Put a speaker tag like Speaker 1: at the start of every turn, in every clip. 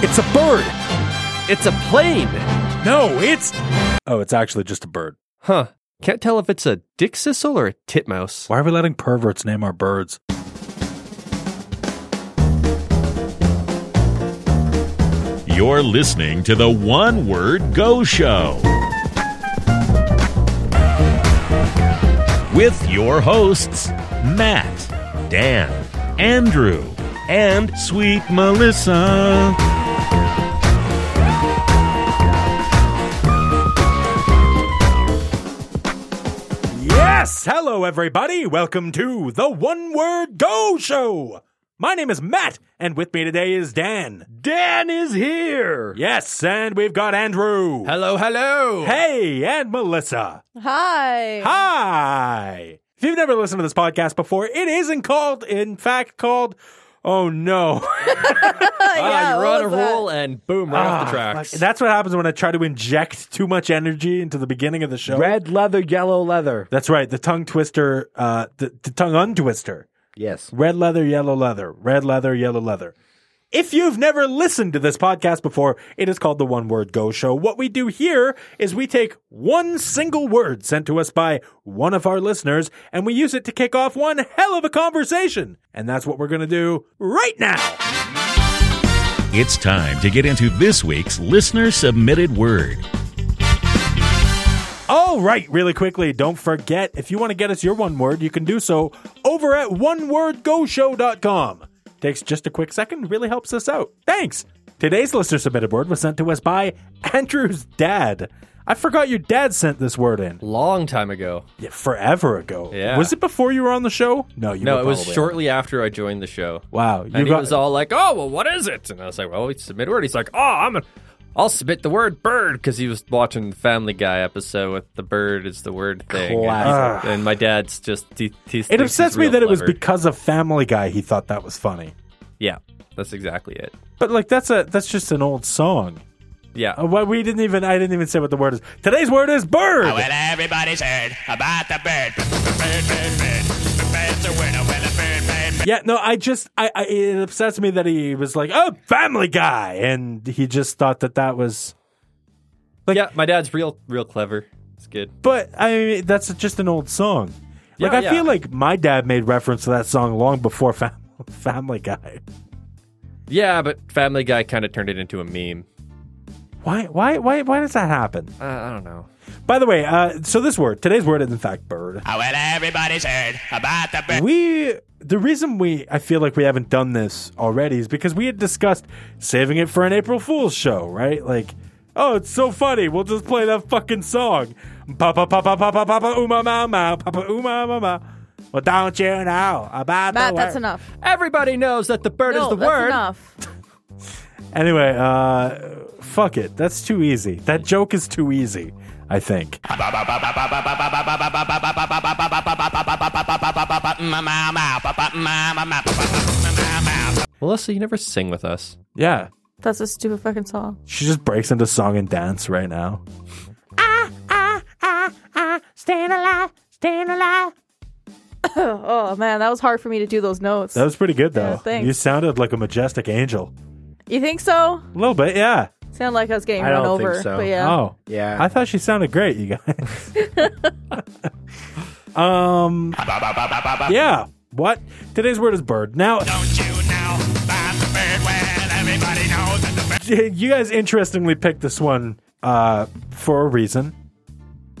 Speaker 1: It's a bird.
Speaker 2: It's a plane.
Speaker 1: No, it's. Oh, it's actually just a bird.
Speaker 2: Huh. Can't tell if it's a dick sissel or a titmouse.
Speaker 1: Why are we letting perverts name our birds?
Speaker 3: You're listening to the One Word Go Show with your hosts, Matt, Dan, Andrew, and sweet Melissa.
Speaker 1: Yes! Hello, everybody. Welcome to the One Word Go Show. My name is Matt, and with me today is Dan.
Speaker 2: Dan is here.
Speaker 1: Yes, and we've got Andrew.
Speaker 2: Hello, hello.
Speaker 1: Hey, and Melissa.
Speaker 4: Hi.
Speaker 1: Hi. If you've never listened to this podcast before, it isn't called, in fact, called. Oh no!
Speaker 4: yeah,
Speaker 2: Ah, you
Speaker 4: what
Speaker 2: run a
Speaker 4: was that?
Speaker 2: roll and boom, right
Speaker 1: Ah,
Speaker 2: off the tracks.
Speaker 1: That's what happens when I try to inject too much energy into the beginning of the show.
Speaker 5: Red leather, yellow leather.
Speaker 1: That's right. The tongue twister, uh, the, the tongue untwister.
Speaker 5: Yes.
Speaker 1: Red leather, yellow leather. Red leather, yellow leather. If you've never listened to this podcast before, it is called the One Word Go Show. What we do here is we take one single word sent to us by one of our listeners and we use it to kick off one hell of a conversation. And that's what we're going to do right now.
Speaker 3: It's time to get into this week's listener submitted word.
Speaker 1: All right, really quickly, don't forget if you want to get us your one word, you can do so over at onewordgoshow.com. Takes just a quick second, really helps us out. Thanks. Today's listener submitted word was sent to us by Andrew's dad. I forgot your dad sent this word in
Speaker 2: Long time ago.
Speaker 1: Yeah, forever ago.
Speaker 2: Yeah.
Speaker 1: Was it before you were on the show? No, you
Speaker 2: No,
Speaker 1: were
Speaker 2: it was
Speaker 1: probably-
Speaker 2: shortly after I joined the show.
Speaker 1: Wow,
Speaker 2: And he was all like, "Oh, well, what is it?" And I was like, "Well, we submit a word." He's like, "Oh, I'm a, I'll submit the word bird because he was watching the Family Guy episode with the bird is the word thing." And he's like- And, my dad's just he, he's
Speaker 1: it
Speaker 2: thinks
Speaker 1: upsets
Speaker 2: he's
Speaker 1: me
Speaker 2: real
Speaker 1: that it was
Speaker 2: clever.
Speaker 1: because of Family Guy he thought that was funny.
Speaker 2: yeah, that's exactly it.
Speaker 1: But like that's a that's just an old song.
Speaker 2: Yeah,
Speaker 1: Uh, why- we didn't even I didn't even say what the word is. Today's word is bird.
Speaker 6: Well, everybody's heard about the bird. Bird, bird, bird. Bird's a winner, well, a bird, bird, bird.
Speaker 1: Yeah, no, I just, I, I, it upsets me that he was like, oh, Family Guy, and he just thought that that was.
Speaker 2: yeah, my dad's real real clever. It's good.
Speaker 1: But I mean, that's just an old song. Like
Speaker 2: Yeah,
Speaker 1: I
Speaker 2: yeah.
Speaker 1: feel like my dad made reference to that song long before fam- Family Guy.
Speaker 2: Yeah, but Family Guy kind of turned it into a meme.
Speaker 1: Why, why, why, why does that happen?
Speaker 2: Uh, I don't know.
Speaker 1: By the way, uh, so this word, today's word is in fact bird.
Speaker 6: Ah, Well, everybody's heard about the bird.
Speaker 1: We, the reason we, I feel like we haven't done this already is because we had discussed saving it for an April Fool's show, right? Like, oh, it's so funny. We'll just play that fucking song. Papa, papa, papa, papa, uma, ma, ma, papa, uma, ma, ma. Well, don't you know about
Speaker 4: Matt,
Speaker 1: the
Speaker 4: that's
Speaker 1: word?
Speaker 4: enough.
Speaker 2: Everybody knows that the bird is
Speaker 4: no,
Speaker 2: the
Speaker 4: that's
Speaker 2: word.
Speaker 4: enough.
Speaker 1: Anyway, uh, fuck it. That's too easy. That joke is too easy, I think.
Speaker 2: Melissa, you never sing with us.
Speaker 1: Yeah.
Speaker 4: That's a stupid fucking song.
Speaker 1: She just breaks into song and dance right now.
Speaker 4: Oh man, that was hard for me to do those notes.
Speaker 1: That was pretty good, though.
Speaker 4: Yeah, thanks.
Speaker 1: You sounded like a majestic angel.
Speaker 4: you think so?
Speaker 1: A little bit, yeah.
Speaker 4: Sound like I was getting
Speaker 5: I
Speaker 4: run
Speaker 5: don't think
Speaker 4: over.
Speaker 5: so.
Speaker 4: But yeah.
Speaker 1: Oh,
Speaker 5: Yeah.
Speaker 1: I thought she sounded great, you guys. um, yeah. What? Today's word is bird. Now,
Speaker 6: Don't you know about the bird? Well, everybody knows that the bird.
Speaker 1: you guys interestingly picked this one uh, for a reason.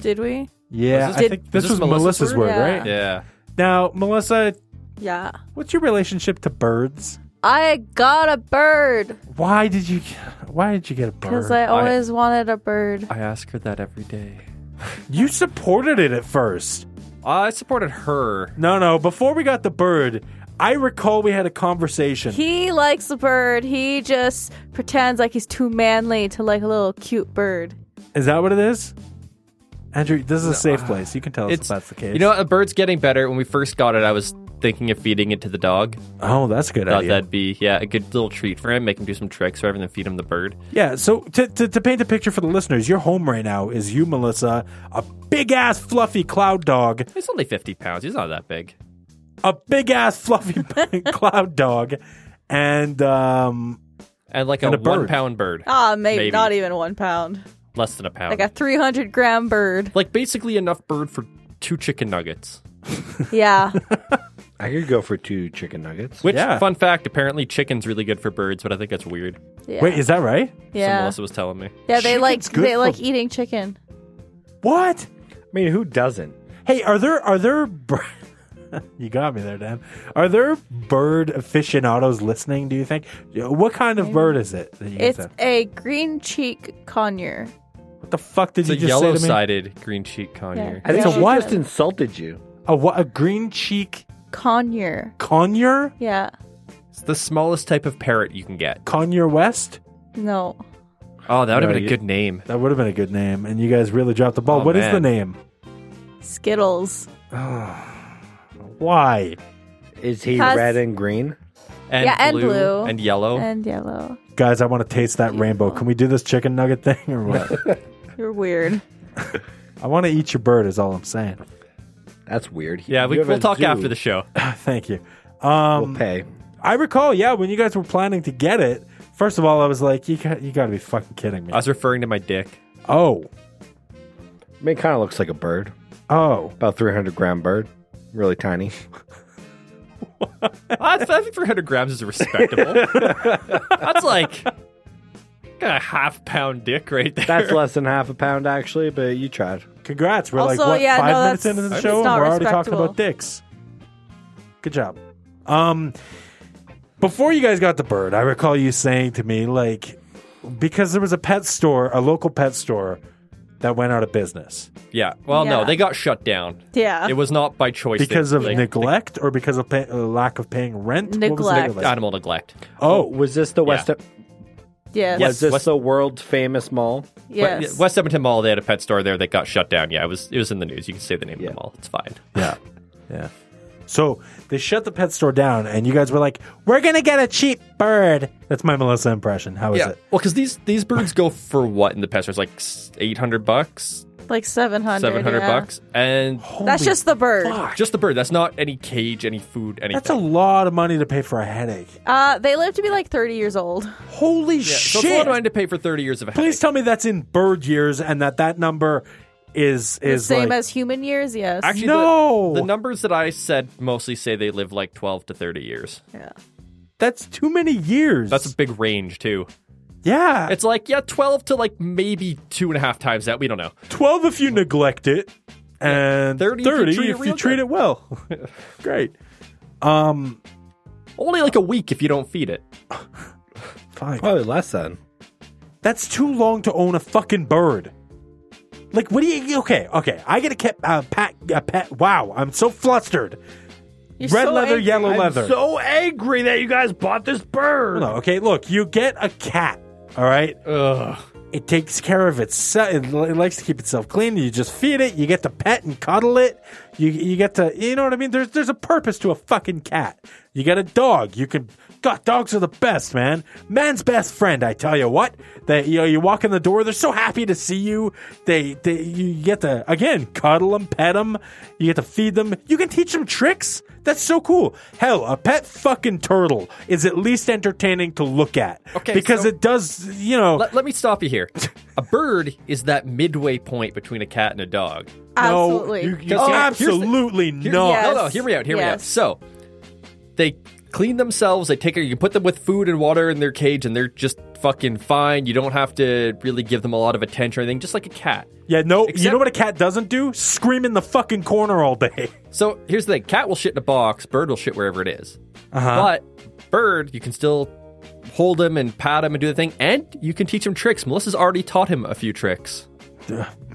Speaker 4: Did we?
Speaker 1: Yeah,
Speaker 2: Was
Speaker 1: I
Speaker 2: this-
Speaker 1: think
Speaker 2: was
Speaker 1: this,
Speaker 2: this
Speaker 1: was
Speaker 2: Melissa's
Speaker 1: Melissa's word,
Speaker 4: word? Yeah.
Speaker 1: right?
Speaker 2: Yeah.
Speaker 1: Now, Melissa,
Speaker 4: Yeah.
Speaker 1: what's your relationship to birds?
Speaker 4: I got a bird
Speaker 1: Why did you? Why did you get a
Speaker 4: because
Speaker 1: bird?
Speaker 4: I always wanted a bird.
Speaker 2: I ask her that every day.
Speaker 1: you supported it at first.
Speaker 2: I supported her.
Speaker 1: No, no. Before we got the bird, I recall we had a conversation.
Speaker 4: He likes the bird. He just pretends like he's too manly to like a little cute bird.
Speaker 1: Is that what it is? Andrew, this is a safe place. You can tell us
Speaker 2: uh, It's
Speaker 1: if that's the case.
Speaker 2: You know, what? the bird's getting better. When we first got it, I was thinking of feeding it to the dog.
Speaker 1: oh, that's a good
Speaker 2: Thought
Speaker 1: idea.
Speaker 2: that'd be yeah a good little treat for him, make him do some tricks rather than feed him the bird.
Speaker 1: Yeah. So to, to to paint a picture for the listeners, your home right now is you, Melissa, a big ass fluffy cloud dog,
Speaker 2: He's only fifty pounds. He's not that big.
Speaker 1: a big ass fluffy cloud dog, and um,
Speaker 2: and like
Speaker 1: And
Speaker 2: a,
Speaker 1: a bird.
Speaker 2: one pound bird.
Speaker 4: Ah, maybe,
Speaker 2: Maybe.
Speaker 4: not even one pound.
Speaker 2: Less than a pound.
Speaker 4: Like a 300 gram bird.
Speaker 2: like basically enough bird for two chicken nuggets.
Speaker 4: Yeah.
Speaker 5: I could go for two chicken nuggets.
Speaker 2: Which,
Speaker 1: Yeah.
Speaker 2: fun fact, apparently chicken's really good for birds, but I think that's weird.
Speaker 4: yeah.
Speaker 1: Wait, is that right?
Speaker 2: So
Speaker 4: yeah.
Speaker 2: Melissa was telling me.
Speaker 4: Yeah, they
Speaker 1: Chicken's
Speaker 4: like
Speaker 1: good
Speaker 4: they
Speaker 1: for-
Speaker 4: like eating chicken.
Speaker 1: What?
Speaker 5: I mean, who doesn't?
Speaker 1: Hey, are there are there bir- You got me there, Dan. Are there bird aficionados listening, do you think? What kind of bird is it that you guys
Speaker 4: It's
Speaker 1: have?
Speaker 4: a green cheek conure.
Speaker 1: What the fuck did
Speaker 2: It's
Speaker 1: you
Speaker 2: a
Speaker 1: just say
Speaker 2: yellow
Speaker 1: to me?
Speaker 2: sided green cheek conure.
Speaker 4: Yeah.
Speaker 5: I think
Speaker 1: So
Speaker 5: she
Speaker 1: what?
Speaker 5: just insulted you.
Speaker 1: A what a green cheek
Speaker 4: Conure.
Speaker 1: conure?
Speaker 4: Yeah.
Speaker 2: It's the smallest type of parrot you can get.
Speaker 1: Conure West?
Speaker 4: No.
Speaker 2: Oh, that would have
Speaker 1: No,
Speaker 2: been a
Speaker 1: you-
Speaker 2: good name.
Speaker 1: That would have been a good name, and you guys really dropped the ball.
Speaker 2: Oh,
Speaker 1: What is the
Speaker 2: man.
Speaker 1: name?
Speaker 4: Skittles.
Speaker 1: Why?
Speaker 5: Is he
Speaker 4: Because-
Speaker 5: red and green?
Speaker 2: And
Speaker 4: Yeah, and
Speaker 2: blue,
Speaker 4: blue.
Speaker 2: and
Speaker 1: Oh.
Speaker 2: yellow.
Speaker 4: And yellow.
Speaker 1: Guys, I want to taste that rainbow. Can we do this chicken nugget thing or what?
Speaker 4: You're weird.
Speaker 1: I want to eat your bird is all I'm saying.
Speaker 5: That's weird.
Speaker 2: yeah, we,
Speaker 5: You have
Speaker 2: we'll
Speaker 5: a
Speaker 2: talk
Speaker 5: zoo.
Speaker 2: after the show.
Speaker 1: Thank you. Um,
Speaker 5: We'll pay.
Speaker 1: I recall, yeah, when you guys were planning to get it, first of all, I was like, you got, you got to be fucking kidding me.
Speaker 2: I was referring to my dick.
Speaker 1: oh,
Speaker 5: I mean, it kind of looks like a bird.
Speaker 1: oh,
Speaker 5: About 300 gram bird. Really tiny.
Speaker 2: I, th- I think 300 grams is respectable. That's like got a half pound dick right there.
Speaker 5: That's less than half a pound, actually, but you tried.
Speaker 1: congrats! We're like
Speaker 4: Also,
Speaker 1: what
Speaker 4: yeah,
Speaker 1: five
Speaker 4: no,
Speaker 1: minutes
Speaker 4: that's-
Speaker 1: into the
Speaker 4: that's
Speaker 1: show, and
Speaker 4: not
Speaker 1: we're already talking
Speaker 4: respectable.
Speaker 1: about dicks. Good job. Um, before you guys got the bird, I recall you saying to me like, because there was a pet store, a local pet store, that went out of business
Speaker 2: yeah. Well, no,
Speaker 4: Yeah.
Speaker 2: they got shut down.
Speaker 4: Yeah.
Speaker 2: It was not by choice. They-
Speaker 1: because of
Speaker 2: they-
Speaker 1: neglect or because of pay- uh, lack of paying rent. What was the
Speaker 4: Neglect.
Speaker 1: neglect?
Speaker 2: animal neglect.
Speaker 1: Oh,
Speaker 5: Was this the West?
Speaker 4: yes.
Speaker 5: Was this
Speaker 2: West-
Speaker 5: the world famous mall?
Speaker 2: But,
Speaker 4: Yes.
Speaker 2: yeah, West Edmonton Mall, they had a pet store there that got shut down. Yeah, it was it was in the news. You can say the name
Speaker 5: Yeah.
Speaker 2: of the mall. It's fine.
Speaker 1: Yeah. Yeah. So they shut the pet store down, and you guys were like, we're going to get a cheap bird. That's my Melissa impression. How is it?
Speaker 2: Well, because these these birds go for what in the pet stores? Like eight hundred bucks,
Speaker 4: like 700.
Speaker 2: seven hundred
Speaker 4: yeah.
Speaker 2: bucks, and
Speaker 4: That's
Speaker 1: Holy
Speaker 4: just the bird.
Speaker 1: fuck.
Speaker 2: just the bird. That's not any cage, any food, anything.
Speaker 1: That's a lot of money to pay for a headache.
Speaker 4: Uh, they live to be like 30 years old.
Speaker 1: Holy
Speaker 2: yeah, so
Speaker 1: shit.
Speaker 2: it's a lot of money to pay for thirty years of a
Speaker 1: Please
Speaker 2: headache.
Speaker 1: tell me that's in bird years and that that number is is
Speaker 4: Same
Speaker 1: like,
Speaker 4: as human years, yes.
Speaker 2: Actually, the-
Speaker 1: No.
Speaker 2: the, numbers that I said mostly say they live like twelve to thirty years.
Speaker 4: yeah.
Speaker 1: that's too many years.
Speaker 2: That's a big range too.
Speaker 1: yeah.
Speaker 2: It's like yeah, twelve to like maybe two and a half times that. We don't know.
Speaker 1: twelve if you neglect it, and
Speaker 2: 30
Speaker 1: thirty,
Speaker 2: if you treat it
Speaker 1: if you
Speaker 2: real
Speaker 1: treat
Speaker 2: good.
Speaker 1: it well. Great.
Speaker 2: Only like a week if you don't feed it.
Speaker 1: Fine.
Speaker 5: Probably less than.
Speaker 1: That's too long to own a fucking bird. Like, what do you? Okay, okay. I get a cat, uh, pat, a pet. Wow, I'm so flustered.
Speaker 4: You're
Speaker 1: Red
Speaker 4: so
Speaker 1: leather,
Speaker 4: angry.
Speaker 1: yellow leather.
Speaker 5: so angry that you guys bought this bird.
Speaker 1: no, okay. Look, you get a cat. All right,
Speaker 2: Ugh.
Speaker 1: it takes care of itself. It li- it likes to keep itself clean. You just feed it. You get to pet and cuddle it. You you get to you know what I mean. There's there's a purpose to a fucking cat. You get a dog. You can. God, dogs are the best, man. Man's best friend. I tell you what. They you know you walk in the door. They're so happy to see you. They they you get to again cuddle them, pet them. You get to feed them. You can teach them tricks. That's so cool. Hell, a pet fucking turtle is at least entertaining to look at.
Speaker 2: Okay,
Speaker 1: because
Speaker 2: so-
Speaker 1: it does you know.
Speaker 2: Let, let me stop you here. A bird is that midway point between a cat and a dog.
Speaker 4: Absolutely.
Speaker 1: No, you- you
Speaker 2: Oh,
Speaker 1: can't-
Speaker 2: here's the-
Speaker 1: absolutely
Speaker 2: Here-
Speaker 1: not.
Speaker 4: Yeah.
Speaker 2: No, no, hear me out, hear me out.
Speaker 4: Yes.
Speaker 2: So they clean themselves, they take care you can put them with food and water in their cage and they're just fucking fine. You don't have to really give them a lot of attention or anything, just like a cat.
Speaker 1: Yeah, no. you
Speaker 2: Except-
Speaker 1: know what a cat doesn't do? Scream in the fucking corner all day.
Speaker 2: So here's the thing cat will shit in a box, bird will shit wherever it is.
Speaker 1: Uh-huh.
Speaker 2: But bird, you can still hold him and pat him and do the thing, and you can teach him tricks. Melissa's already taught him a few tricks.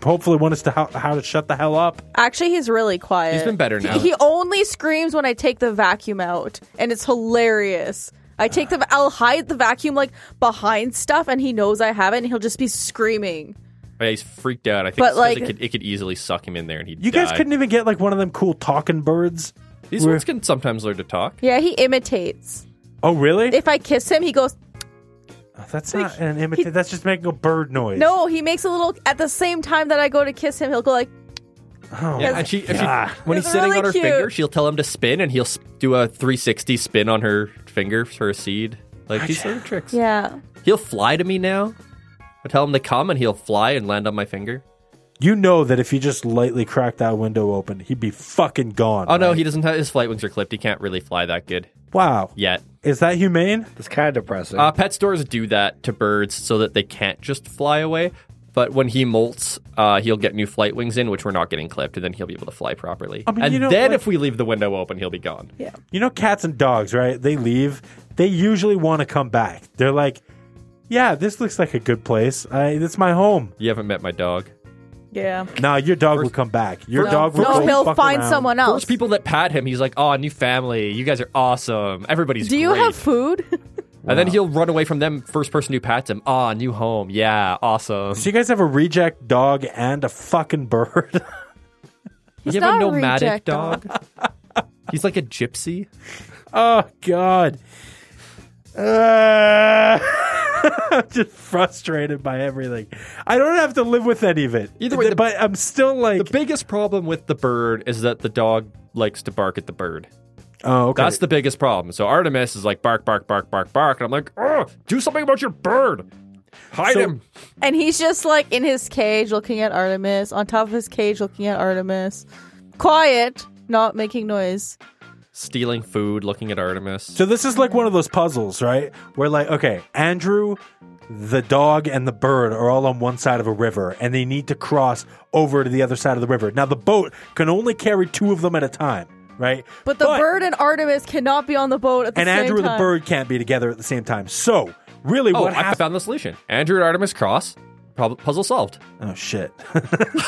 Speaker 1: Hopefully, one is to how, how to shut the hell up.
Speaker 4: Actually, he's really quiet.
Speaker 2: He's been better now.
Speaker 4: He, he only screams when I take the vacuum out, and it's hilarious. I take the I'll hide the vacuum like behind stuff, and he knows I have it, and he'll just be screaming.
Speaker 2: But he's freaked out. I think
Speaker 4: But,
Speaker 2: it's 'cause it,
Speaker 4: like-
Speaker 2: could, it could easily suck him in there and he'd
Speaker 1: You guys
Speaker 2: die.
Speaker 1: couldn't even get like one of them cool talking birds.
Speaker 2: These ones can sometimes learn to talk.
Speaker 4: Yeah, he imitates.
Speaker 1: Oh, really? Oh,
Speaker 4: If I kiss him, he goes.
Speaker 1: that's not an imitation. That's just making a bird noise.
Speaker 4: No, he makes a little. At the same time that I go to kiss him, he'll go like,
Speaker 2: Yeah, and she, if she-
Speaker 1: God.
Speaker 2: when
Speaker 4: It's
Speaker 2: he's sitting
Speaker 4: really
Speaker 2: on her
Speaker 4: cute.
Speaker 2: finger, she'll tell him to spin, and he'll s- do a 360 spin on her finger for a seed. Like these little tricks.
Speaker 4: "Yeah."
Speaker 2: He'll fly to me now. I tell him to come and he'll fly and land on my finger.
Speaker 1: You know that if you just lightly crack that window open, he'd be fucking gone.
Speaker 2: Oh no,
Speaker 1: right?
Speaker 2: he doesn't have his flight wings are clipped. He can't really fly that good
Speaker 1: Wow.
Speaker 2: yet.
Speaker 1: Is that humane?
Speaker 5: It's kind of depressing.
Speaker 2: Uh, pet stores do that to birds so that they can't just fly away. But when he molts, uh, he'll get new flight wings in, which we're not getting clipped, and then he'll be able to fly properly.
Speaker 1: I mean,
Speaker 2: and
Speaker 1: you know,
Speaker 2: then
Speaker 1: like-
Speaker 2: if we leave the window open, he'll be gone.
Speaker 1: You know, cats and dogs, right? They leave. They usually want to come back. They're like, yeah, this looks like a good place. I, it's my home.
Speaker 2: You haven't met my dog.
Speaker 4: Yeah.
Speaker 1: Nah, your dog will come back. Your
Speaker 4: No,
Speaker 1: dog will
Speaker 4: no,
Speaker 1: go
Speaker 4: he'll
Speaker 1: fuck
Speaker 4: find
Speaker 1: around.
Speaker 4: someone else.
Speaker 2: First people that pat him, he's like, "Oh, new family. You guys are awesome. Everybody's
Speaker 4: Do you
Speaker 2: great."
Speaker 4: have food?
Speaker 2: And then he'll run away from them. First person who pats him, "Ah, new home. Yeah, awesome."
Speaker 1: So you guys have a reject dog and a fucking bird.
Speaker 2: you
Speaker 4: He's
Speaker 2: have a
Speaker 4: not a
Speaker 2: nomadic
Speaker 4: reject
Speaker 2: dog. he's like a gypsy.
Speaker 1: oh God. Uh, I'm just frustrated by everything. I don't have to live with any of it.
Speaker 2: Either way, the-
Speaker 1: but I'm still
Speaker 2: The
Speaker 1: like,
Speaker 2: biggest problem with the bird is that the dog likes to bark at the bird.
Speaker 1: oh, okay.
Speaker 2: That's the biggest problem. So Artemis is like bark, bark, bark, bark, bark, and I'm like, oh, do something about your bird. Hide
Speaker 1: So-
Speaker 2: him.
Speaker 4: and he's just like in his cage looking at Artemis, on top of his cage looking at Artemis. Quiet, not making noise.
Speaker 2: Stealing food, looking at Artemis.
Speaker 1: So this is like one of those puzzles, right? Where like, okay, Andrew, the dog, and the bird are all on one side of a river, and they need to cross over to the other side of the river. Now the boat can only carry two of them at a time, right?
Speaker 4: But the bird and Artemis cannot be on the boat at the
Speaker 1: and
Speaker 4: same
Speaker 1: Andrew and the
Speaker 4: time.
Speaker 1: bird can't be together at the same time. So really,
Speaker 2: Oh,
Speaker 1: what
Speaker 2: I
Speaker 1: happened?
Speaker 2: found the solution. Andrew and Artemis cross. Prob- puzzle solved.
Speaker 1: oh shit!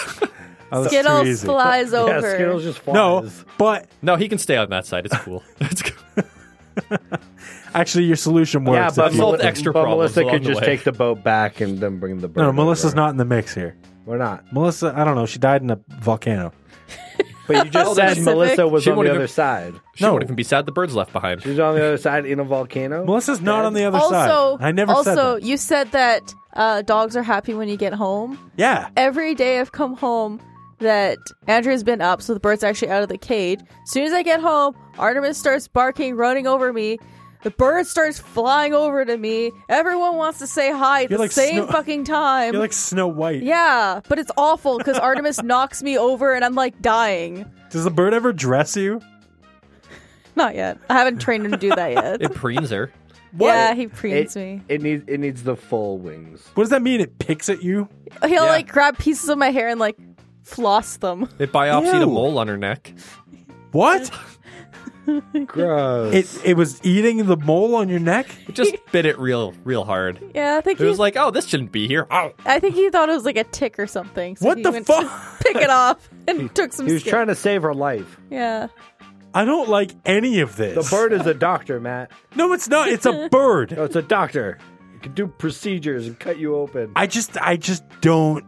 Speaker 1: Oh, that's too
Speaker 4: Skittles
Speaker 1: easy.
Speaker 4: flies
Speaker 5: yeah,
Speaker 4: over.
Speaker 5: Skittles just flies.
Speaker 1: No, but
Speaker 2: No, he can stay on that side. It's cool. It's cool.
Speaker 1: actually, your solution
Speaker 5: yeah,
Speaker 1: works.
Speaker 5: but,
Speaker 1: if you-
Speaker 2: Mel-
Speaker 5: Mel-
Speaker 2: solved extra
Speaker 5: but
Speaker 2: problems
Speaker 5: Melissa
Speaker 2: along
Speaker 5: could
Speaker 2: the
Speaker 5: just
Speaker 2: way.
Speaker 5: take the boat back and then bring the bird.
Speaker 1: no, no, Melissa's
Speaker 5: over.
Speaker 1: not in the mix here.
Speaker 5: We're not.
Speaker 1: Melissa, I don't know. She died in a volcano.
Speaker 5: But you just said
Speaker 4: Pacific.
Speaker 5: Melissa was
Speaker 2: She
Speaker 5: on the
Speaker 2: wouldn't
Speaker 5: other
Speaker 2: have-
Speaker 5: side.
Speaker 2: She won't even be sad the bird's left behind.
Speaker 5: She's on the other side in a volcano.
Speaker 1: Melissa's not on the other side.
Speaker 4: also,
Speaker 1: I never said
Speaker 4: also,
Speaker 1: that.
Speaker 4: you said that uh, dogs are happy when you get home.
Speaker 1: Yeah.
Speaker 4: Every day I've come home that Andrew's been up, so the bird's actually out of the cage. As soon as I get home, Artemis starts barking, running over me. The bird starts flying over to me. Everyone wants to say hi at
Speaker 1: You're
Speaker 4: the
Speaker 1: like
Speaker 4: same
Speaker 1: Snow-
Speaker 4: fucking time.
Speaker 1: You're like Snow White.
Speaker 4: yeah, but it's awful because Artemis knocks me over and I'm like dying.
Speaker 1: Does the bird ever dress you?
Speaker 4: Not yet. I haven't trained him to do that yet.
Speaker 2: It preens her.
Speaker 4: Yeah, he preens
Speaker 5: it,
Speaker 4: me.
Speaker 5: it needs it needs the full wings.
Speaker 1: What does that mean? It picks at you?
Speaker 4: He'll
Speaker 2: Yeah.
Speaker 4: like grab pieces of my hair and like floss them.
Speaker 2: It biopsied
Speaker 1: Ew.
Speaker 2: a mole on her neck.
Speaker 1: What?
Speaker 5: Gross.
Speaker 1: it it was eating the mole on your neck?
Speaker 2: It just bit it real, real hard.
Speaker 4: Yeah, I think
Speaker 2: It
Speaker 4: he
Speaker 2: was like, oh, this shouldn't be here. Ow.
Speaker 4: I think he thought it was like a tick or something. So
Speaker 1: What
Speaker 4: he
Speaker 1: the
Speaker 4: went
Speaker 1: fuck?
Speaker 4: To pick it off and took some.
Speaker 5: he was
Speaker 4: skin.
Speaker 5: trying to save her life.
Speaker 4: Yeah,
Speaker 1: I don't like any of
Speaker 5: The
Speaker 1: this.
Speaker 5: bird is a doctor, Matt.
Speaker 1: No, it's not. It's a bird.
Speaker 5: No, it's a doctor. It can do procedures and cut you open.
Speaker 1: I just I just don't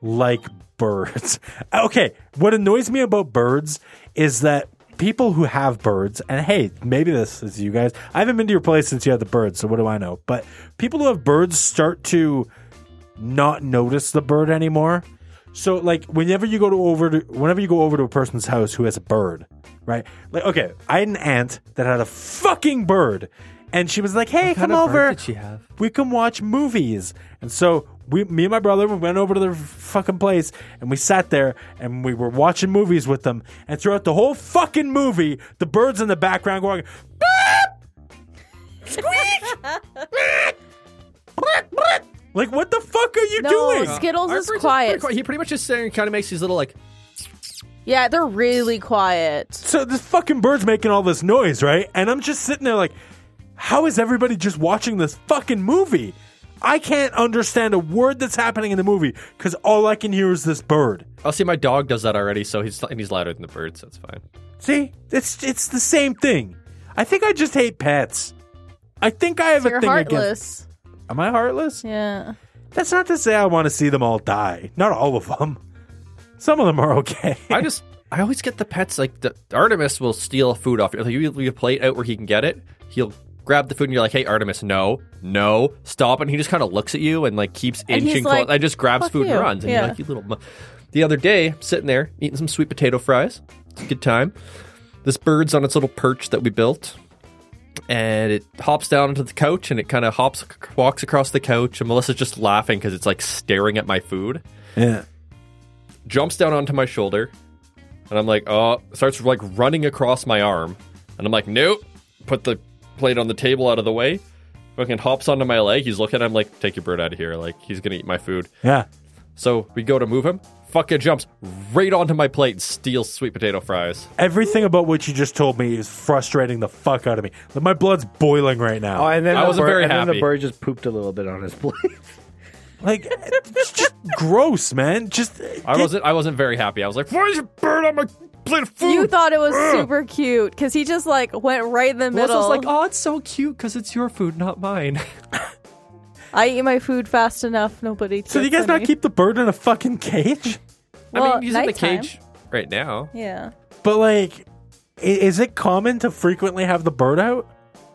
Speaker 1: like birds. Okay, what annoys me about birds is that people who have birds and hey, maybe this is you guys. I haven't been to your place since you had the birds, so what do I know? But people who have birds start to not notice the bird anymore. So like whenever you go to over to whenever you go over to a person's house who has a bird, right? Like okay, I had an aunt that had a fucking bird and she was like, "Hey, come
Speaker 2: of bird
Speaker 1: over."
Speaker 2: did she have?
Speaker 1: we can watch movies. And so we, me and my brother, we went over to their fucking place and we sat there and we were watching movies with them. And throughout the whole fucking movie, the birds in the background going, "Beep! squeak, Bleep, bleep." like what the fuck are you
Speaker 4: no
Speaker 1: doing?
Speaker 4: Skittles
Speaker 2: Our
Speaker 4: is
Speaker 2: bird's pretty
Speaker 4: quiet.
Speaker 2: He pretty much just sitting and kind of makes these little like
Speaker 4: Yeah, they're really quiet.
Speaker 1: so this fucking bird's making all this noise, right? And I'm just sitting there like, how is everybody just watching this fucking movie? I can't understand a word that's happening in the movie because all I can hear is this bird.
Speaker 2: Oh, see, my dog does that already, so he's and he's louder than the bird, so it's fine.
Speaker 1: See, it's it's the same thing. I think I just hate pets. I think I have a
Speaker 4: You're
Speaker 1: thing against.
Speaker 4: heartless.
Speaker 1: Am I heartless?
Speaker 4: Yeah.
Speaker 1: That's not to say I want to see them all die. Not all of them. Some of them are okay.
Speaker 2: I just, I always get the pets like the Artemis will steal food off you. Like, you leave a plate out where he can get it. He'll grab the food, and you're like, "Hey, Artemis, no, no, stop!" And he just kind of looks at you and like keeps
Speaker 4: And he's
Speaker 2: inching close.
Speaker 4: like,
Speaker 2: I just grabs
Speaker 4: "Fuck
Speaker 2: food
Speaker 4: you."
Speaker 2: and runs. And
Speaker 4: Yeah.
Speaker 2: you're like, "You little." mu-" The other day, I'm sitting there eating some sweet potato fries, it's a good time. This bird's on its little perch that we built. and it hops down onto the couch and it kind of hops walks across the couch and melissa's just laughing because it's like staring at my food
Speaker 1: Yeah.
Speaker 2: jumps down onto my shoulder and i'm like oh starts like running across my arm and i'm like nope put the plate on the table out of the way fucking hops onto my leg he's looking i'm like take your bird out of here like he's gonna eat my food
Speaker 1: Yeah.
Speaker 2: so we go to move him fucking jumps right onto my plate and steals sweet potato fries
Speaker 1: Everything about what you just told me is frustrating the fuck out of me. Like, my blood's boiling right now.
Speaker 5: Oh, and then
Speaker 2: I
Speaker 5: the
Speaker 2: wasn't
Speaker 5: bird,
Speaker 2: very
Speaker 5: and then
Speaker 2: happy.
Speaker 5: the bird just pooped a little bit on his plate.
Speaker 1: like, it's just gross, man. Just
Speaker 2: i wasn't i wasn't very happy i was like why is your bird on my plate of food
Speaker 4: You thought it was super cute because he just like went right in the middle.
Speaker 2: Melissa's like, oh, it's so cute because it's your food, not mine.
Speaker 4: I eat my food fast enough. Nobody.
Speaker 1: So do you guys
Speaker 4: gets
Speaker 1: not
Speaker 4: any.
Speaker 1: keep the bird in a fucking cage?
Speaker 2: I
Speaker 4: Well,
Speaker 2: mean, he's in
Speaker 4: nighttime.
Speaker 2: the cage right now.
Speaker 4: Yeah.
Speaker 1: But like, i- is it common to frequently have the bird out?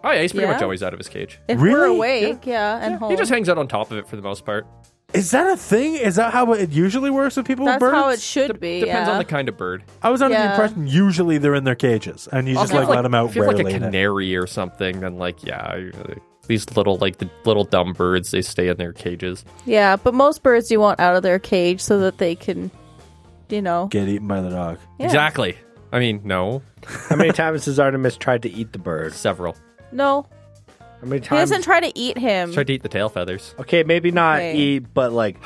Speaker 2: Oh yeah, he's pretty
Speaker 4: Yeah.
Speaker 2: much always out of his cage.
Speaker 4: If we're
Speaker 1: Really?
Speaker 4: awake, yeah, and home.
Speaker 2: He just hangs out on top of it for the most part.
Speaker 1: Is that a thing? Is that how it usually works with people
Speaker 4: That's
Speaker 1: with birds?
Speaker 4: how it should
Speaker 2: Dep-
Speaker 4: be.
Speaker 2: Depends
Speaker 4: yeah.
Speaker 2: on the kind of bird.
Speaker 1: I was under the
Speaker 4: Yeah.
Speaker 1: impression usually they're in their cages and you just
Speaker 2: If you
Speaker 1: like,
Speaker 2: have,
Speaker 1: let them out
Speaker 2: if you have,
Speaker 1: rarely.
Speaker 2: like a
Speaker 1: and-
Speaker 2: canary or something, then like yeah, you know, these little like the little dumb birds they stay in their cages.
Speaker 4: Yeah, but most birds you want out of their cage so that they can, you know.
Speaker 1: Get eaten by the dog.
Speaker 4: Yeah.
Speaker 2: Exactly. I mean, no,
Speaker 5: How many times has Artemis tried to eat the bird?
Speaker 2: several.
Speaker 4: No,
Speaker 5: How many
Speaker 4: he
Speaker 5: times?
Speaker 4: doesn't try to eat him.
Speaker 2: Tried to eat the tail feathers.
Speaker 5: Okay, maybe not
Speaker 4: Wait.
Speaker 5: eat, but like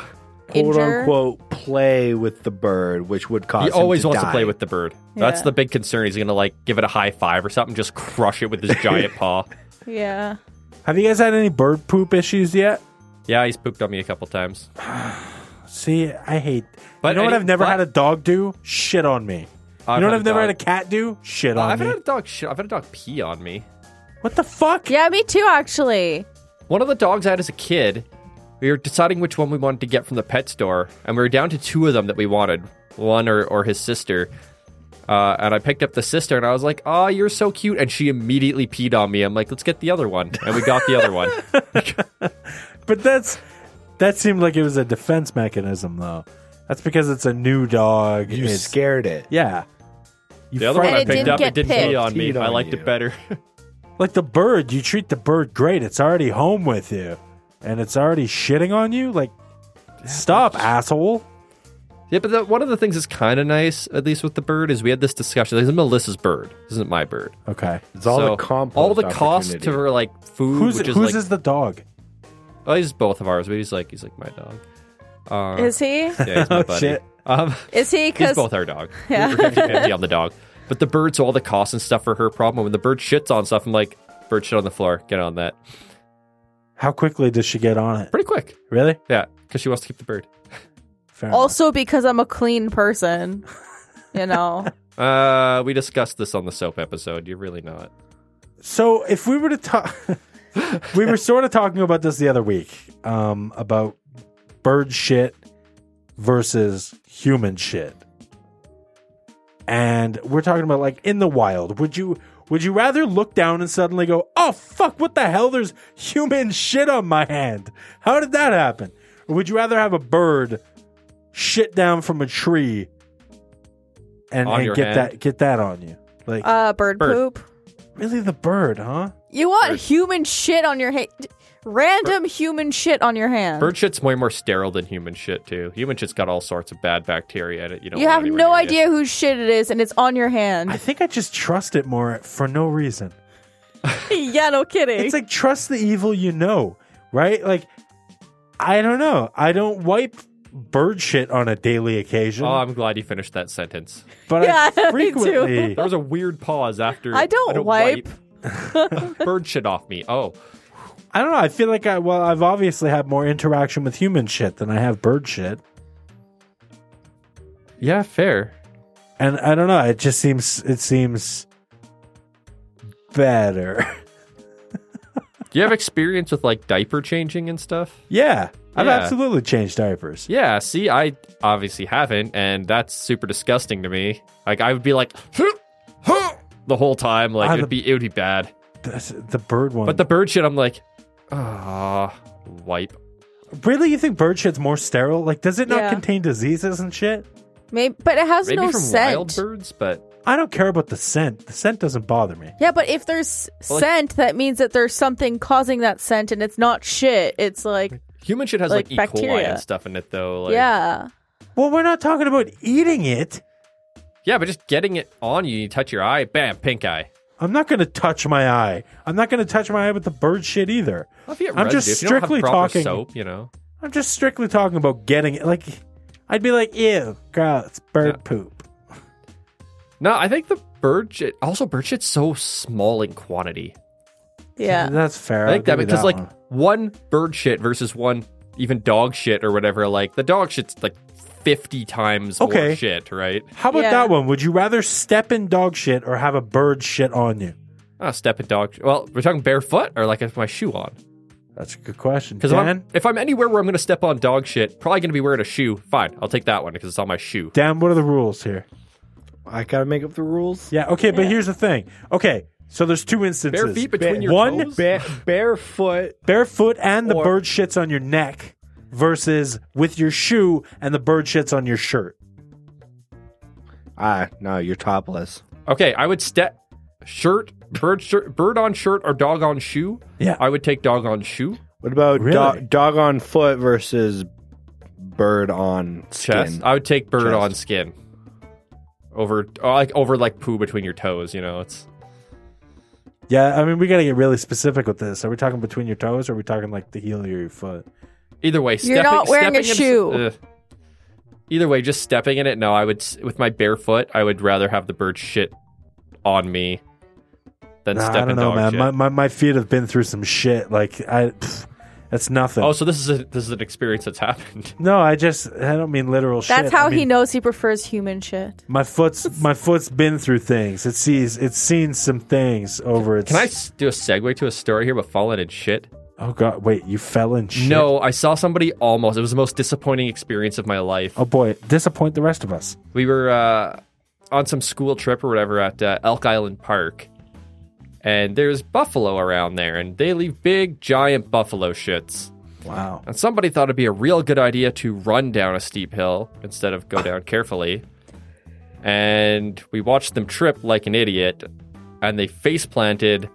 Speaker 5: quote
Speaker 4: Injure?
Speaker 5: unquote play with the bird, which would cause
Speaker 2: He
Speaker 5: him
Speaker 2: always wants
Speaker 5: die.
Speaker 2: to play with the bird. That's
Speaker 4: Yeah.
Speaker 2: the big concern. He's gonna like give it a high five or something, just crush it with his giant paw.
Speaker 4: Yeah.
Speaker 1: Have you guys had any bird poop issues yet?
Speaker 2: Yeah, he's pooped on me a couple times.
Speaker 1: See, I hate. But
Speaker 2: But
Speaker 1: you know what?
Speaker 2: any-
Speaker 1: I've never
Speaker 2: but-
Speaker 1: had a dog do shit on me.
Speaker 2: I've
Speaker 1: you know what?
Speaker 2: had
Speaker 1: I've
Speaker 2: a
Speaker 1: never
Speaker 2: dog-
Speaker 1: had a cat do shit
Speaker 2: Uh,
Speaker 1: on
Speaker 2: I've
Speaker 1: me.
Speaker 2: had a dog. Shit, I've had a dog pee on me.
Speaker 1: what the fuck?
Speaker 4: Yeah, me too, actually.
Speaker 2: One of the dogs I had as a kid, we were deciding which one we wanted to get from the pet store, and we were down to two of them that we wanted one or, or his sister. Uh, and I picked up the sister, and I was like, "Oh, you're so cute!" And she immediately peed on me. I'm like, "Let's get the other one," and we got the other one.
Speaker 1: But that's that seemed like it was a defense mechanism though. That's because it's a new dog.
Speaker 5: You
Speaker 1: it's,
Speaker 5: scared it.
Speaker 1: Yeah. You
Speaker 2: The other
Speaker 1: frighten
Speaker 2: one
Speaker 4: And
Speaker 2: I
Speaker 4: it
Speaker 2: picked
Speaker 4: didn't
Speaker 2: up, it
Speaker 4: get
Speaker 2: didn't
Speaker 4: picked.
Speaker 2: pee on me.
Speaker 5: Peed
Speaker 2: I
Speaker 5: on
Speaker 2: liked
Speaker 5: you.
Speaker 2: it better.
Speaker 1: Like the bird, you treat the bird great. It's already home with you, and it's already shitting on you. Like, stop, asshole.
Speaker 2: Yeah, but the, one of the things that's kind of nice, at least with the bird, is we had this discussion. This is Melissa's bird. This isn't my bird.
Speaker 1: Okay.
Speaker 5: It's all
Speaker 2: So,
Speaker 5: the compost.
Speaker 2: all the cost
Speaker 5: opportunity.
Speaker 2: to her like food,
Speaker 1: Who's
Speaker 2: which is
Speaker 1: whose
Speaker 2: like
Speaker 1: is the dog?
Speaker 2: Oh, he's both of ours, but he's like he's like my dog. Uh,
Speaker 4: Is he?
Speaker 2: yeah, he's my
Speaker 1: Oh,
Speaker 2: buddy.
Speaker 1: shit.
Speaker 2: Um,
Speaker 4: Is he?
Speaker 2: he's
Speaker 4: Because
Speaker 2: both our dog.
Speaker 4: Yeah.
Speaker 2: We're 50 on the dog. But the bird's all the costs and stuff for her problem. When the bird shits on stuff, I'm like, bird shit on the floor. Get on that.
Speaker 1: How quickly does she get on it?
Speaker 2: Pretty quick.
Speaker 1: Really?
Speaker 2: Yeah, because she wants to keep the bird.
Speaker 1: Fair enough.
Speaker 4: also because I'm a clean person, you know.
Speaker 2: Uh, we discussed this on the soap episode. You're really not.
Speaker 1: So if we were to talk, we were sort of talking about this the other week um, about bird shit versus human shit, and we're talking about like in the wild. Would you would you rather look down and suddenly go, "Oh fuck, what the hell? There's human shit on my hand. How did that happen?" Or would you rather have a bird shit down from a tree and,
Speaker 2: On
Speaker 1: and
Speaker 2: your
Speaker 1: get
Speaker 2: hand?
Speaker 1: that get that on you? Like
Speaker 4: Uh, bird,
Speaker 2: Bird.
Speaker 4: poop.
Speaker 1: really, the bird, huh?
Speaker 4: You want human shit on your hand. Random human shit on your hand.
Speaker 2: Bird shit's way more sterile than human shit too. Human shit's got all sorts of bad bacteria in it. You don't.
Speaker 4: you
Speaker 2: want
Speaker 4: have
Speaker 2: anywhere
Speaker 4: no
Speaker 2: near you.
Speaker 4: idea whose shit it is, and it's on your
Speaker 1: I
Speaker 4: hand.
Speaker 1: think I just trust it more for no reason.
Speaker 4: yeah, no kidding.
Speaker 1: It's like trust the evil you know, right? Like I don't know. I don't wipe bird shit on a daily occasion,
Speaker 2: Oh, I'm glad you finished that sentence.
Speaker 1: but
Speaker 4: Uh, Yeah, me
Speaker 1: I
Speaker 4: too.
Speaker 1: frequently
Speaker 2: There was a weird pause after.
Speaker 4: I don't wipe.
Speaker 2: bird shit off me. Oh,
Speaker 1: I don't know. I feel like I well, I've obviously had more interaction with human shit than I have bird shit.
Speaker 2: yeah, fair.
Speaker 1: And I don't know, it just seems it seems better.
Speaker 2: Do you have experience with like diaper changing and stuff?
Speaker 1: yeah. I've
Speaker 2: Yeah.
Speaker 1: absolutely changed diapers.
Speaker 2: Yeah, see, I obviously haven't, and that's super disgusting to me. Like, I would be like, "Huh, huh," the whole time, like
Speaker 1: Ah, the-
Speaker 2: it'd be it would be bad.
Speaker 1: Oh. The, the bird one.
Speaker 2: But the bird shit, I'm like, ah, wipe.
Speaker 1: really, you think bird shit's more sterile? Like, does it not
Speaker 4: Yeah.
Speaker 1: contain diseases and shit?
Speaker 4: Maybe, but it has
Speaker 2: Maybe
Speaker 4: no
Speaker 2: from
Speaker 4: scent.
Speaker 2: wild birds, but
Speaker 1: I don't care about the scent. The scent doesn't bother me.
Speaker 4: Yeah, but if there's
Speaker 2: Well, like-
Speaker 4: scent, that means that there's something causing that scent, and it's not shit. It's like,
Speaker 2: Human shit has
Speaker 4: Like
Speaker 2: like, E. coli
Speaker 4: bacteria.
Speaker 2: and stuff in it though. Like,
Speaker 4: yeah,
Speaker 1: Well, we're not talking about eating it.
Speaker 2: Yeah, but just getting it on you, you touch your eye, bam, pink eye.
Speaker 1: I'm not going to touch my eye. I'm not going to touch my eye with the bird shit either.
Speaker 2: Well, if you get
Speaker 1: I'm
Speaker 2: residue,
Speaker 1: just
Speaker 2: if you don't have
Speaker 1: strictly
Speaker 2: proper
Speaker 1: talking-
Speaker 2: soap, you know.
Speaker 1: I'm just strictly talking about getting it. Like, I'd be like, ew, gross, bird poop.
Speaker 2: No, I think the bird shit. Also, bird shit's so small in quantity.
Speaker 4: yeah.
Speaker 1: That's fair.
Speaker 2: I think
Speaker 1: I'll give
Speaker 2: that
Speaker 1: you
Speaker 2: because like
Speaker 1: one.
Speaker 2: one bird shit versus one even dog shit or whatever. Like the dog shit's like fifty times
Speaker 1: Okay.
Speaker 2: more shit, right?
Speaker 1: How about
Speaker 4: Yeah.
Speaker 1: that one? Would you rather step in dog shit or have a bird shit on you?
Speaker 2: Oh, step in dog. sh- Well, we're talking barefoot or like I have my shoe on.
Speaker 1: That's a good question.
Speaker 2: Because if
Speaker 1: Dan,
Speaker 2: I'm, if I'm anywhere where I'm going to step on dog shit, probably going to be wearing a shoe. Fine, I'll take that one because it's on my shoe.
Speaker 1: Dan, what are the rules here?
Speaker 5: I gotta make up the rules.
Speaker 1: Yeah, okay, but here's the thing. Okay, so there's two instances.
Speaker 2: Bare feet between your
Speaker 1: one
Speaker 2: toes.
Speaker 5: Ba- barefoot.
Speaker 1: barefoot and the
Speaker 5: Or-
Speaker 1: bird shits on your neck versus with your shoe and the bird shits on your shirt.
Speaker 5: Ah, no, you're topless.
Speaker 2: Okay, I would step shirt, bird shirt, bird on shirt or dog on shoe.
Speaker 1: Yeah.
Speaker 2: I would take dog on shoe.
Speaker 5: What about do-
Speaker 1: Really?
Speaker 5: dog on foot versus bird on skin?
Speaker 2: Chest. I would take bird
Speaker 5: Chest.
Speaker 2: on skin. Over or like over like poo between your toes, you know. It's
Speaker 1: Yeah, I mean, we got to get really specific with this. Are we talking between your toes or are we talking like the heel of your foot?
Speaker 2: either way,
Speaker 4: You're
Speaker 2: stepping,
Speaker 4: not wearing a
Speaker 2: stepping
Speaker 4: shoe.
Speaker 2: in, ugh. either way, just stepping in it. No, I would s- with my bare foot. I would rather have the bird shit on me than
Speaker 1: Nah,
Speaker 2: step
Speaker 1: I
Speaker 2: in
Speaker 1: don't know,
Speaker 2: dog
Speaker 1: man.
Speaker 2: shit.
Speaker 1: My, my, my feet have been through some shit. Like, I, pff, that's nothing.
Speaker 2: oh, so this is a, this is an experience that's happened.
Speaker 1: no, I just, I don't mean literal shit.
Speaker 4: That's how
Speaker 1: I
Speaker 4: he
Speaker 1: mean,
Speaker 4: knows he prefers human shit.
Speaker 1: My foot's my foot's been through things. It sees it's seen some things over its.
Speaker 2: Can I s- do a segue to a story here about falling in shit?
Speaker 1: Oh god! Wait, you fell in shit.
Speaker 2: No, I saw somebody almost. It was the most disappointing experience of my life.
Speaker 1: Oh boy, disappoint the rest of us.
Speaker 2: We were uh, on some school trip or whatever at uh, Elk Island Park, and there's buffalo around there, and they leave big, giant buffalo shits.
Speaker 1: Wow.
Speaker 2: And somebody thought it'd be a real good idea to run down a steep hill instead of go
Speaker 1: Ah.
Speaker 2: down carefully. And we watched them trip like an idiot, and they face planted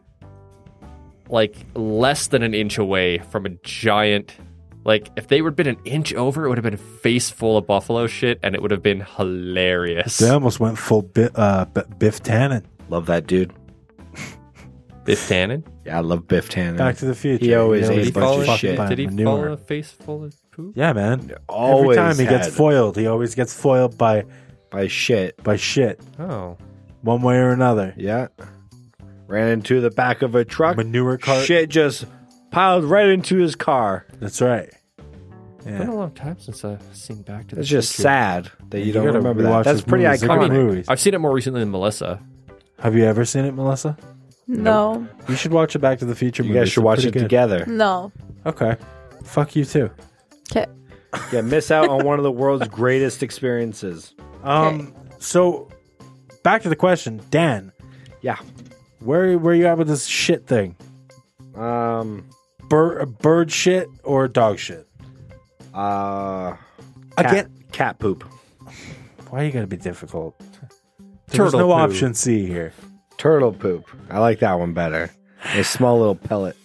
Speaker 2: like less than an inch away from a giant. Like, if they would have been an inch over, it would have been face full of buffalo shit, and it would have been hilarious.
Speaker 1: They almost went full bi- uh, B- Biff Tannen.
Speaker 5: Love that dude.
Speaker 2: Biff Tannen?
Speaker 5: Yeah, I love Biff Tannen.
Speaker 1: Back to the Future.
Speaker 5: He
Speaker 1: You
Speaker 5: always
Speaker 1: know,
Speaker 5: ate
Speaker 1: he's
Speaker 5: a bunch of
Speaker 1: fucked
Speaker 5: shit.
Speaker 1: by
Speaker 2: Did he fall
Speaker 1: manure.
Speaker 2: in a face full of poop?
Speaker 1: Yeah, man. Every
Speaker 5: Always
Speaker 1: time he gets
Speaker 5: had
Speaker 1: foiled, he always gets foiled by
Speaker 5: by shit.
Speaker 1: by shit,
Speaker 2: Oh.
Speaker 1: one way or another.
Speaker 5: Yeah, ran into the back of a truck.
Speaker 1: Manure cart.
Speaker 5: Shit just piled right into his car.
Speaker 1: That's right.
Speaker 2: It's been
Speaker 1: Yeah.
Speaker 2: a long time since I've seen Back to the
Speaker 5: It's just
Speaker 2: Future.
Speaker 5: sad that you, don't
Speaker 1: gotta
Speaker 5: remember
Speaker 1: rewatch
Speaker 5: that. That's
Speaker 1: his
Speaker 5: pretty
Speaker 1: movies. They're good
Speaker 2: I
Speaker 5: iconic.
Speaker 2: mean,
Speaker 1: movies.
Speaker 2: I've seen it more recently than Melissa.
Speaker 1: Have you ever seen it, Melissa?
Speaker 4: No,
Speaker 1: You should watch a Back to the Future
Speaker 5: You
Speaker 1: movie.
Speaker 5: guys should
Speaker 1: They're
Speaker 5: watch
Speaker 1: pretty
Speaker 5: it
Speaker 1: good.
Speaker 5: together.
Speaker 4: no.
Speaker 1: Okay. Fuck you too.
Speaker 4: Okay.
Speaker 5: Yeah, miss out on one of the world's greatest experiences.
Speaker 1: Um. So, back to the question, Dan.
Speaker 5: Yeah.
Speaker 1: Where where you at with this shit thing?
Speaker 5: Um.
Speaker 1: Bird bird shit or dog shit?
Speaker 5: Uh. Cat,
Speaker 1: Again,
Speaker 5: cat poop.
Speaker 1: why are you gonna be difficult? There's
Speaker 2: Turtle
Speaker 1: no
Speaker 2: poo.
Speaker 1: option C here.
Speaker 5: Turtle poop. I like that one better. A small little pellet.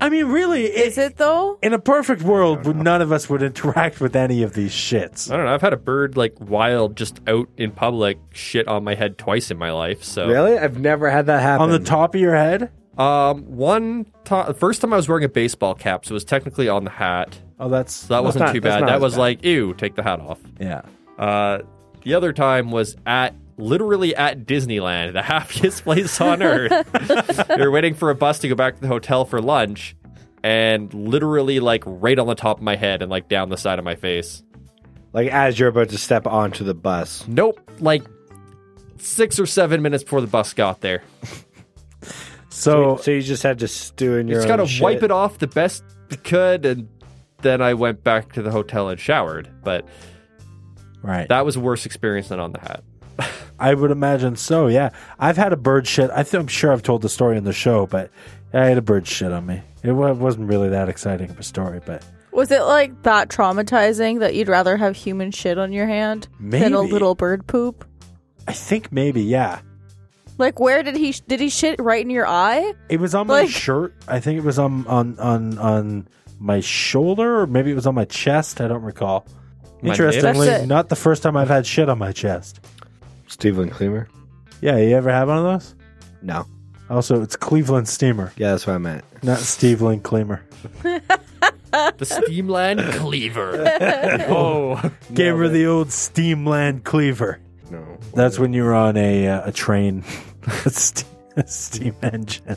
Speaker 1: I mean, really,
Speaker 4: Is it though?
Speaker 1: in a perfect world, would none of us would interact with any of these shits.
Speaker 2: I don't know. I've had a bird like wild just out in public shit on my head twice in my life. So
Speaker 5: Really? I've never had that happen.
Speaker 1: On the top of your head?
Speaker 2: um one to- first time I was wearing a baseball cap, so it was technically on the hat.
Speaker 1: Oh, that's
Speaker 2: So that wasn't
Speaker 5: not-
Speaker 2: too
Speaker 5: that's
Speaker 2: bad.
Speaker 5: not
Speaker 2: That
Speaker 5: as
Speaker 2: was
Speaker 5: bad.
Speaker 2: like, ew, take the hat off.
Speaker 1: yeah.
Speaker 2: Uh the other time was at literally at Disneyland, the happiest place on earth. we were waiting for a bus to go back to the hotel for lunch, and literally like right on the top of my head and like down the side of my face.
Speaker 5: Like as you're about to step onto the bus.
Speaker 2: Nope. Like six or seven minutes before the bus got there.
Speaker 1: So,
Speaker 5: So you just had to stew in
Speaker 2: You
Speaker 5: your.
Speaker 2: just
Speaker 5: own
Speaker 2: gotta
Speaker 5: shit.
Speaker 2: wipe it off the best you could, and then I went back to the hotel and showered. But
Speaker 1: right.
Speaker 2: that was a worse experience than on the hat.
Speaker 1: I would imagine so, yeah. I've had a bird shit. I think I'm sure I've told the story on the show, but I had a bird shit on me. It wa- wasn't really that exciting of a story, but
Speaker 4: Was it like that traumatizing that you'd rather have human shit on your hand than a
Speaker 1: Maybe.
Speaker 4: little bird poop?
Speaker 1: I think maybe, yeah.
Speaker 4: Like, where did he did he shit right in your eye?
Speaker 1: It was on my
Speaker 4: Like-
Speaker 1: shirt. I think it was on on on on my shoulder, or maybe it was on my chest. I don't recall.
Speaker 2: My
Speaker 4: That's
Speaker 1: Interestingly,
Speaker 4: it.
Speaker 1: not the first time I've had shit on my chest.
Speaker 5: Steven Cleaver?
Speaker 1: Yeah, you ever had one of those?
Speaker 5: No.
Speaker 1: Also, it's Cleveland Steamer,
Speaker 5: Yeah, that's what I meant.
Speaker 1: not Steve Link Cleamer.
Speaker 2: The Steamland Cleaver. Whoa.
Speaker 1: Gave her the old Steamland Cleaver.
Speaker 5: No.
Speaker 1: That's when you were on a uh, a train, a, ste a steam engine,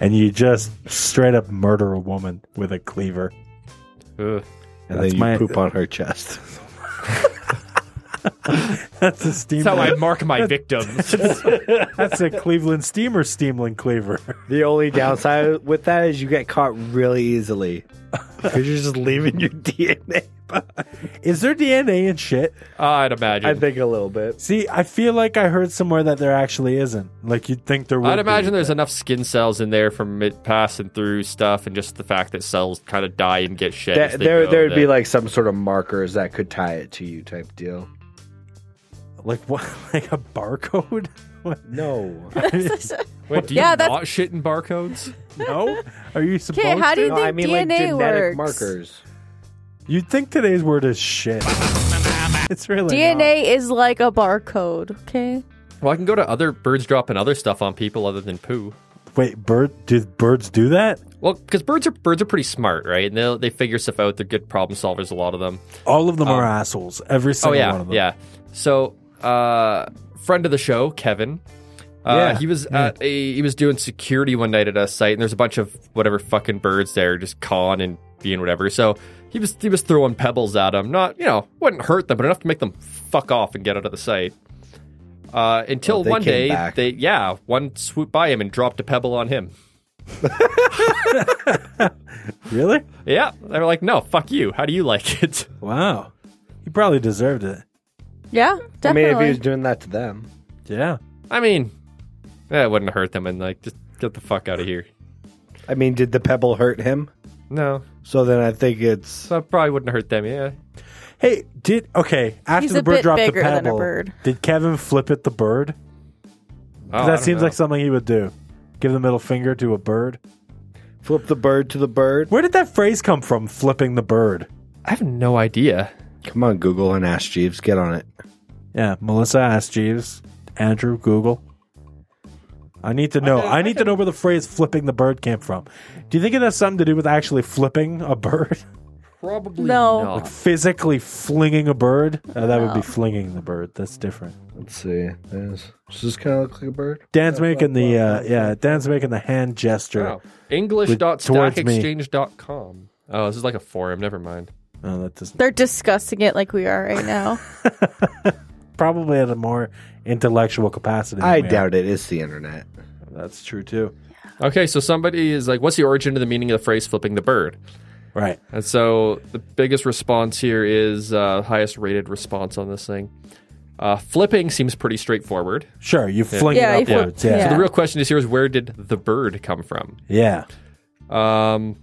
Speaker 1: and you just straight up murder a woman with a cleaver.
Speaker 2: Ugh.
Speaker 5: And
Speaker 1: That's
Speaker 5: then you
Speaker 1: my-
Speaker 5: poop on her chest.
Speaker 1: That's a steam.
Speaker 2: That's how I mark my victims.
Speaker 1: That's a Cleveland steamer steamland cleaver.
Speaker 5: the only downside with that is you get caught really easily. Because you're just leaving your DNA.
Speaker 1: Is there DNA and shit?
Speaker 2: I'd imagine.
Speaker 5: I think a little bit.
Speaker 1: See, I feel like I heard somewhere that there actually isn't. Like you'd think there would.
Speaker 2: I'd
Speaker 1: be.
Speaker 2: imagine there's enough skin cells in there from it passing through stuff, and just the fact that cells kind of die and get shed. as
Speaker 5: There,
Speaker 2: they
Speaker 5: there,
Speaker 2: go,
Speaker 5: there would be
Speaker 2: that-
Speaker 5: like some sort of markers that could tie it to you type deal.
Speaker 1: like what, like a barcode. What?
Speaker 5: No.
Speaker 2: Wait, do you
Speaker 4: Yeah, that's-
Speaker 2: not shit in barcodes?
Speaker 1: No, are you supposed?
Speaker 4: Okay, how do
Speaker 1: to?
Speaker 4: you
Speaker 5: no,
Speaker 4: think
Speaker 5: I mean like
Speaker 4: DNA works?
Speaker 5: genetic markers.
Speaker 1: You'd think today's word is shit. It's really not.
Speaker 4: DNA is like a barcode. Okay.
Speaker 2: Well, I can go to other birds dropping other stuff on people other than poo.
Speaker 1: Wait, bird? Did birds do that?
Speaker 2: Well, because birds are birds are pretty smart, right? And they they figure stuff out. They're good problem solvers. A lot of them.
Speaker 1: All of them are assholes. Every single
Speaker 2: oh yeah,
Speaker 1: one of them.
Speaker 2: yeah. So, uh, friend of the show, Kevin. Uh,
Speaker 1: Yeah,
Speaker 2: he was at a he was doing security one night at a site, and there's a bunch of whatever fucking birds there, just con and being whatever. So he was he was throwing pebbles at them, not you know wouldn't hurt them, but enough to make them fuck off and get out of the site. Uh,
Speaker 1: Oh,
Speaker 2: until
Speaker 5: Well, they
Speaker 2: one
Speaker 5: came
Speaker 2: day,
Speaker 5: back.
Speaker 2: they yeah, one swooped by him and dropped a pebble on him.
Speaker 1: Really?
Speaker 2: Yeah, they were like, no, fuck you. How do you like it?
Speaker 1: Wow. He probably deserved it.
Speaker 4: Yeah,
Speaker 5: I mean,
Speaker 4: definitely.
Speaker 5: if he was doing that to them.
Speaker 1: Yeah.
Speaker 2: I mean, eh, it wouldn't hurt them, and like just get the fuck out of here.
Speaker 5: I mean, did the pebble hurt him?
Speaker 2: No,
Speaker 5: So then I think it's
Speaker 2: So it probably wouldn't hurt them, yeah.
Speaker 1: Hey, did okay after
Speaker 4: He's
Speaker 1: the
Speaker 4: a
Speaker 1: bird
Speaker 4: bit
Speaker 1: dropped the
Speaker 4: bigger than a
Speaker 1: pebble?
Speaker 4: bird.
Speaker 1: Did Kevin flip at the bird?
Speaker 2: Oh, I
Speaker 1: that
Speaker 2: don't
Speaker 1: seems
Speaker 2: know.
Speaker 1: like something he would do. Give the middle finger to a bird.
Speaker 5: flip the bird to the bird.
Speaker 1: Where did that phrase come from? Flipping the bird.
Speaker 2: I have no idea.
Speaker 5: Come on, Google and ask Jeeves. Get on it.
Speaker 1: Yeah, Melissa asked Jeeves, Andrew, Google. I need to know. I, need to know where the phrase "flipping the bird" came from. Do you think it has something to do with actually flipping a bird,
Speaker 2: Probably
Speaker 4: No.
Speaker 2: not.
Speaker 1: physically flinging a bird? Uh, that would be flinging the bird. That's different.
Speaker 5: Let's see. This does this kind of look like a bird?
Speaker 1: Dan's making the uh, yeah. Dan's making the hand gesture.
Speaker 2: Wow.
Speaker 1: towards me.
Speaker 2: English.stackexchange.com. Oh, this is like a forum. Never mind.
Speaker 1: No, that doesn't.
Speaker 4: They're discussing it like we are right now.
Speaker 1: Probably at a more intellectual capacity. than
Speaker 5: I
Speaker 1: we are.
Speaker 5: doubt it. It's the internet.
Speaker 1: that's true too.
Speaker 2: Okay, so somebody is like, what's the origin of the meaning of the phrase flipping the bird?
Speaker 1: Right.
Speaker 2: And so the biggest response here is uh, highest rated response on this thing. Uh, flipping seems pretty straightforward.
Speaker 1: Sure. You fling
Speaker 4: Yeah, you
Speaker 1: it
Speaker 4: flip-
Speaker 1: upwards. Yeah.
Speaker 4: yeah.
Speaker 2: So the real question is here is where did the bird come from?
Speaker 1: Yeah.
Speaker 2: Um,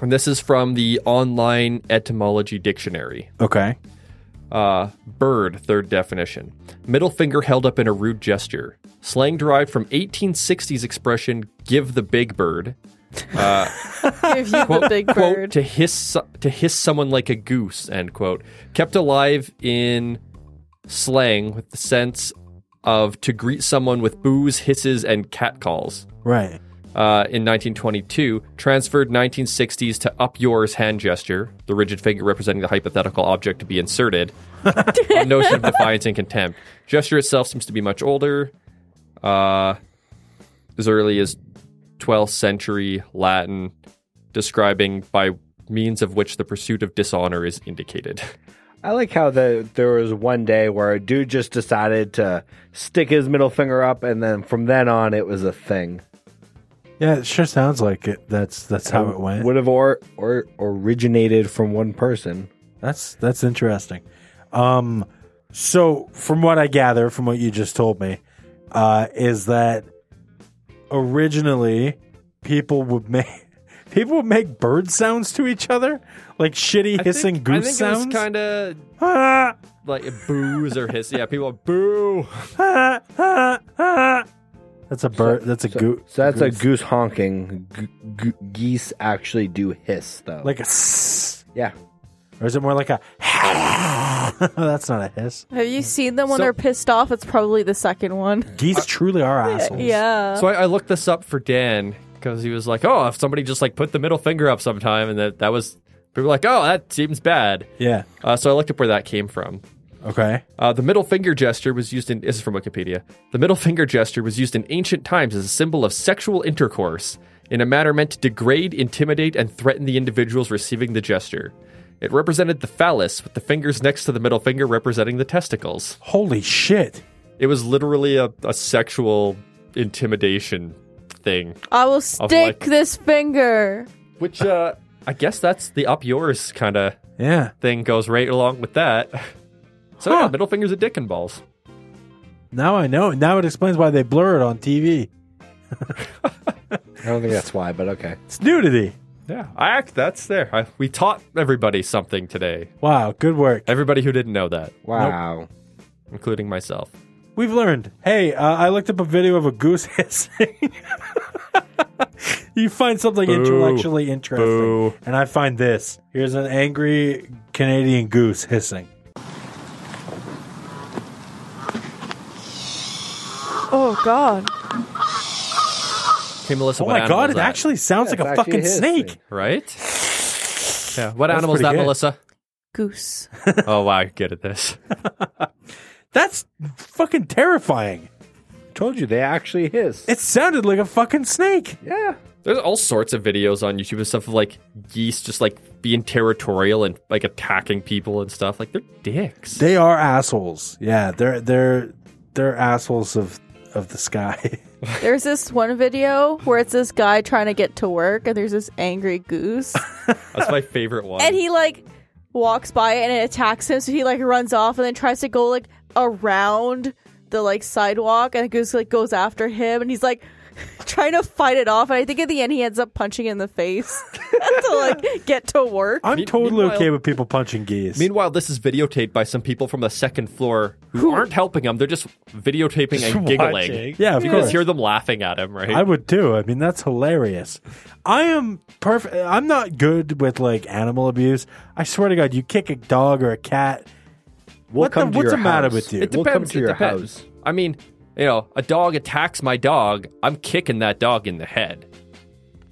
Speaker 2: and this is from the online etymology dictionary.
Speaker 1: Okay.
Speaker 2: Uh, bird, third definition. Middle finger held up in a rude gesture. Slang derived from 1860s expression, give the big bird.
Speaker 4: Give you the big
Speaker 2: Quote,
Speaker 4: bird.
Speaker 2: to hiss, so- to hiss someone like a goose, end quote. Kept alive in slang with the sense of to greet someone with boos, hisses, and catcalls.
Speaker 1: Right.
Speaker 2: uh, in 1922, transferred 1960s to up yours hand gesture, the rigid finger representing the hypothetical object to be inserted, a notion of defiance and contempt. Gesture itself seems to be much older, uh, as early as 12th century Latin, describing by means of which the pursuit of dishonor is indicated.
Speaker 5: I like how the, there was one day where a dude just decided to stick his middle finger up, and then from then on, it was a thing.
Speaker 1: Yeah. It sure sounds like it. That's that's how it went.
Speaker 5: Would have or, or originated from one person.
Speaker 1: That's that's interesting. Um, so from what I gather, from what you just told me, uh, is that originally people would make People make bird sounds to each other, like shitty
Speaker 2: I
Speaker 1: hissing
Speaker 2: think,
Speaker 1: goose
Speaker 2: I think
Speaker 1: sounds.
Speaker 2: it was kind of
Speaker 1: Ah,
Speaker 2: like boos or hiss. Yeah, people are boo.
Speaker 1: ah, ah, ah. That's a bird. That's a goose.
Speaker 5: So that's a goose honking. G- g- geese actually do hiss though.
Speaker 1: like a. s-
Speaker 5: yeah,
Speaker 1: Or is it more like a? That's not a hiss.
Speaker 4: Have you seen them when
Speaker 2: So-
Speaker 4: they're pissed off? It's probably the second one.
Speaker 1: Geese truly are assholes.
Speaker 4: yeah.
Speaker 2: So I, I looked this up for Dan because he was like, "Oh, if somebody just like put the middle finger up sometime," and that that was people were like, "Oh, that seems bad."
Speaker 1: Yeah.
Speaker 2: Uh, so I looked up where that came from.
Speaker 1: Okay.
Speaker 2: Uh, the middle finger gesture was used in this is from Wikipedia. The middle finger gesture was used in ancient times as a symbol of sexual intercourse in a manner meant to degrade, intimidate, and threaten the individuals receiving the gesture. It represented the phallus, with the fingers next to the middle finger representing the testicles.
Speaker 1: Holy shit.
Speaker 2: It was literally a, a sexual intimidation thing.
Speaker 4: I will stick
Speaker 2: like-
Speaker 4: this finger.
Speaker 2: Which uh I guess that's the up yours kind of
Speaker 1: Yeah.
Speaker 2: thing goes right along with that. So yeah, middle fingers at dick and balls.
Speaker 1: Now I know. Now it explains why they blur it on TV.
Speaker 5: I don't think that's why, but okay.
Speaker 1: It's nudity.
Speaker 2: Yeah, I act that's there. I, we taught everybody something today.
Speaker 1: Wow. Good work.
Speaker 2: Everybody who didn't know that,
Speaker 5: Wow.
Speaker 2: including myself.
Speaker 1: We've learned. Hey, uh, I looked up a video of a goose hissing. you find something intellectually interesting,
Speaker 2: Boo.
Speaker 1: and I find this. Here's an angry Canadian goose hissing.
Speaker 4: Oh God.
Speaker 2: Hey Melissa,
Speaker 1: oh
Speaker 2: what
Speaker 1: my
Speaker 2: animal
Speaker 1: god!
Speaker 2: is
Speaker 1: It
Speaker 2: that?
Speaker 1: actually sounds
Speaker 5: Yeah,
Speaker 1: like a
Speaker 5: it's actually
Speaker 1: fucking
Speaker 5: his
Speaker 1: snake.
Speaker 5: thing.
Speaker 2: right? Yeah. What animal is
Speaker 1: pretty
Speaker 2: that,
Speaker 1: good.
Speaker 2: Melissa?
Speaker 4: Goose.
Speaker 2: oh wow, you're good at this.
Speaker 1: That's fucking terrifying.
Speaker 5: Told you they actually hiss.
Speaker 1: It sounded like a fucking snake.
Speaker 5: yeah.
Speaker 2: There's all sorts of videos on YouTube and stuff of like geese just like being territorial and like attacking people and stuff. Like they're dicks.
Speaker 1: They are assholes. Yeah, they're they're they're assholes of of the sky.
Speaker 4: There's this one video where it's this guy trying to get to work, and there's this angry goose,
Speaker 2: That's my favorite one.
Speaker 4: and he like walks by and it attacks him, so he like runs off and then tries to go like around the like sidewalk, and the goose like goes after him, and he's like trying to fight it off, and I think at the end he ends up punching it in the face to like get to work.
Speaker 1: I'm
Speaker 2: Me-
Speaker 1: totally okay
Speaker 2: meanwhile-
Speaker 1: with people punching geese.
Speaker 2: Meanwhile, this is videotaped by some people from the second floor who aren't helping him. They're just videotaping and giggling.
Speaker 7: watching.
Speaker 1: yeah, of
Speaker 2: You can
Speaker 1: course.
Speaker 2: just hear them laughing at him, right?
Speaker 1: I would too. I mean, that's hilarious. I am perfect. I'm not good with like animal abuse. I swear to God, you kick a dog or a cat.
Speaker 5: We'll
Speaker 1: what the,
Speaker 5: come to
Speaker 1: what's
Speaker 5: your
Speaker 1: the matter
Speaker 5: house.
Speaker 1: with you?
Speaker 2: it depends.
Speaker 5: We'll come to
Speaker 2: it
Speaker 5: your
Speaker 2: depends.
Speaker 5: house.
Speaker 2: I mean, you know, a dog attacks my dog. I'm kicking that dog in the head.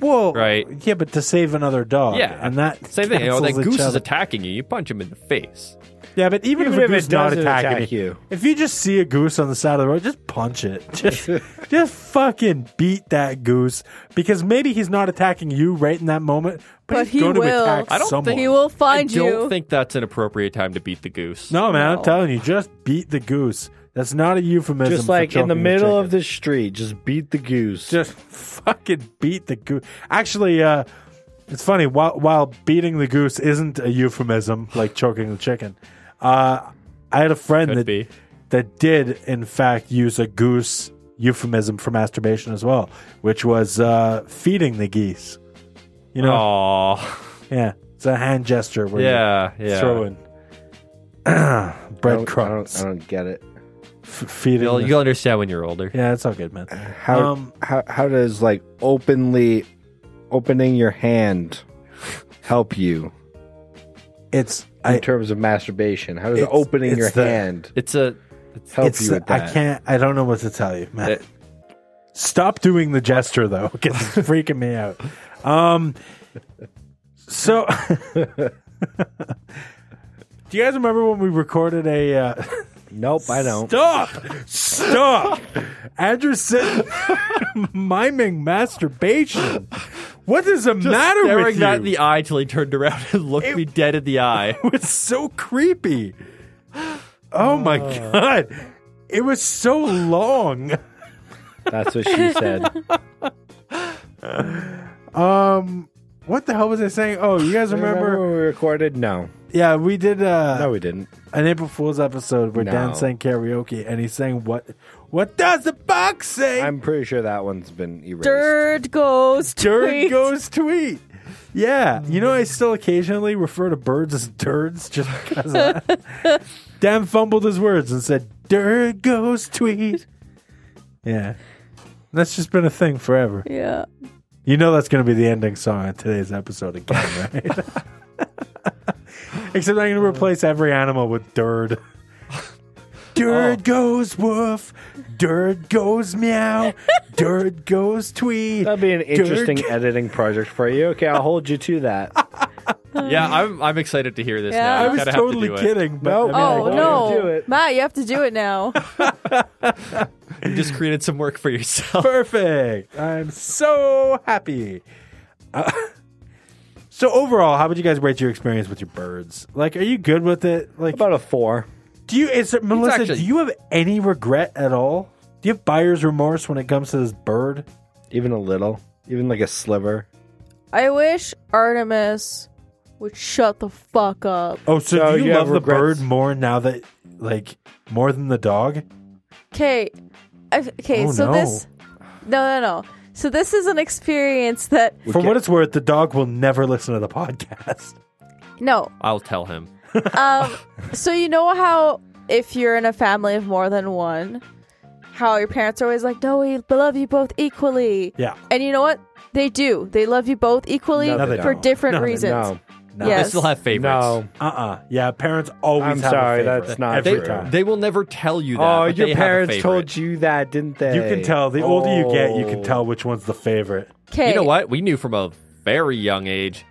Speaker 1: Whoa,
Speaker 2: Right.
Speaker 1: Yeah, but to save another dog.
Speaker 2: Yeah,
Speaker 1: Oh, and that
Speaker 2: same thing. You know, that
Speaker 1: cancels each
Speaker 2: goose is
Speaker 1: other.
Speaker 2: attacking you. You punch him in the face.
Speaker 1: Yeah, but even, if
Speaker 5: Even
Speaker 1: a
Speaker 5: if it
Speaker 1: goose is not
Speaker 5: doesn't
Speaker 1: attacking
Speaker 5: attack you.
Speaker 1: if you just see a goose on the side of the road, just punch it. Just, just fucking beat that goose because maybe he's not attacking you right in that moment, but,
Speaker 4: But
Speaker 1: he's
Speaker 4: he
Speaker 1: going to
Speaker 4: will.
Speaker 1: attack
Speaker 2: I don't
Speaker 1: someone.
Speaker 2: think
Speaker 4: He will find
Speaker 2: I don't
Speaker 4: you.
Speaker 2: think that's an appropriate time to beat the goose.
Speaker 1: No, man, I'm telling you, just beat the goose. That's not a euphemism.
Speaker 5: Just
Speaker 1: for
Speaker 5: like in the
Speaker 1: choking your
Speaker 5: middle of
Speaker 1: chicken.
Speaker 5: the street, just beat the goose.
Speaker 1: just fucking beat the goose. Actually, uh, it's funny. While while beating the goose isn't a euphemism like choking the chicken, uh, I had a friend
Speaker 2: Could
Speaker 1: that
Speaker 2: be.
Speaker 1: that did in fact use a goose euphemism for masturbation as well, which was uh, feeding the geese. You know,
Speaker 2: Aw.
Speaker 1: yeah, it's a hand gesture where
Speaker 2: Oh. Yeah,
Speaker 1: you
Speaker 2: yeah.
Speaker 1: throw in
Speaker 5: I don't, I,
Speaker 1: breadcrumbs,
Speaker 5: don't, I don't get it.
Speaker 1: f- feeding.
Speaker 2: You'll,
Speaker 1: the-
Speaker 2: you'll understand when you're older.
Speaker 1: yeah, it's all good, man.
Speaker 5: How,
Speaker 1: Um,
Speaker 5: how how does like openly opening your hand help you
Speaker 1: It's
Speaker 5: in
Speaker 1: I.
Speaker 5: terms of masturbation? How does
Speaker 1: It's-
Speaker 5: opening
Speaker 1: it's
Speaker 5: your
Speaker 1: the-
Speaker 5: hand
Speaker 2: It's a
Speaker 5: help
Speaker 1: it's,
Speaker 5: you with that?
Speaker 1: I can't. I don't know what to tell you, man.
Speaker 2: It-
Speaker 1: Stop doing the gesture though, because it's freaking me out. Um, so, do you guys remember when we recorded a? Uh,
Speaker 5: Nope, I don't.
Speaker 1: stop! Stop! Andrew sitting miming masturbation. What is the matter with
Speaker 2: staring
Speaker 1: you?
Speaker 2: that in the eye till he turned around and looked me dead in the eye.
Speaker 1: It was so creepy. Oh my
Speaker 5: Uh.
Speaker 1: god! It was so long.
Speaker 5: That's what she said.
Speaker 1: Um, what the hell was I saying? Oh, you guys remember?
Speaker 5: when we recorded? No,
Speaker 1: Yeah, we did uh,
Speaker 5: no, we didn't.
Speaker 1: an April Fool's episode where
Speaker 5: No.
Speaker 1: Dan sang karaoke, and he sang what? What does the box say?
Speaker 5: I'm pretty sure that one's been erased.
Speaker 4: Dirt goes.
Speaker 1: Dirt
Speaker 4: tweet.
Speaker 1: goes tweet. Yeah, you know I still occasionally refer to birds as turds just because of that. Dan fumbled his words and said, "Dird goes tweet." Yeah, that's just been a thing forever.
Speaker 4: Yeah.
Speaker 1: You know that's going to be the ending song on today's episode again, right? Except I'm going to replace every animal with Dird. Dird goes woof. Dird goes meow. Dird goes tweet.
Speaker 5: That'd be an interesting
Speaker 1: Dirk.
Speaker 5: editing project for you. Okay, I'll hold you to that.
Speaker 2: Yeah, I'm, I'm excited to hear this
Speaker 4: Yeah.
Speaker 2: now.
Speaker 4: I
Speaker 1: I
Speaker 2: You
Speaker 1: was
Speaker 2: kinda have to
Speaker 1: totally
Speaker 2: do it.
Speaker 1: kidding. But I
Speaker 5: Nope.
Speaker 1: mean,
Speaker 4: Oh
Speaker 5: like, you do
Speaker 4: no,
Speaker 5: it.
Speaker 4: Matt, you have to do it now.
Speaker 2: You just created some work for yourself.
Speaker 1: Perfect. I'm so happy. Uh, so overall, how would you guys rate your experience with your birds? Like, are you good with it? Like,
Speaker 5: About a four.
Speaker 1: do you? Is there, Melissa?
Speaker 2: actually-
Speaker 1: do you have any regret at all? Do you have buyer's remorse when it comes to this bird?
Speaker 5: Even a little. Even like a sliver.
Speaker 4: I wish Artemis would shut the fuck up.
Speaker 1: Oh, so,
Speaker 5: So
Speaker 1: do you,
Speaker 5: you
Speaker 1: love
Speaker 5: have
Speaker 1: the
Speaker 5: regrets?
Speaker 1: bird more now that, like, more than the dog?
Speaker 4: Okay. Okay,
Speaker 1: Oh,
Speaker 4: so
Speaker 1: no.
Speaker 4: this No, no, no. So this is an experience that
Speaker 1: For what it's worth, the dog will never listen to the podcast.
Speaker 4: no.
Speaker 2: I'll tell him.
Speaker 4: Um so you know how if you're in a family of more than one, how your parents are always like, "No, we love you both equally."
Speaker 1: Yeah.
Speaker 4: And you know what? They do. They love you both equally
Speaker 5: No, they
Speaker 4: for
Speaker 5: don't.
Speaker 4: different
Speaker 1: No, they
Speaker 4: reasons.
Speaker 5: No.
Speaker 1: No.
Speaker 4: Yes.
Speaker 2: I still have favorites.
Speaker 5: No.
Speaker 1: Uh uh Yeah, parents always.
Speaker 5: I'm
Speaker 1: have
Speaker 5: sorry,
Speaker 1: a favorite
Speaker 5: that's not
Speaker 1: every
Speaker 5: true.
Speaker 1: time.
Speaker 2: They will never tell you that.
Speaker 5: Oh,
Speaker 2: but they
Speaker 5: your
Speaker 2: have a
Speaker 5: parents
Speaker 2: favorite.
Speaker 5: told you that, didn't they?
Speaker 1: You can tell. The older you get, you
Speaker 5: Oh.
Speaker 1: can tell which one's the favorite.
Speaker 4: Okay.
Speaker 2: You know what? We knew from a very young age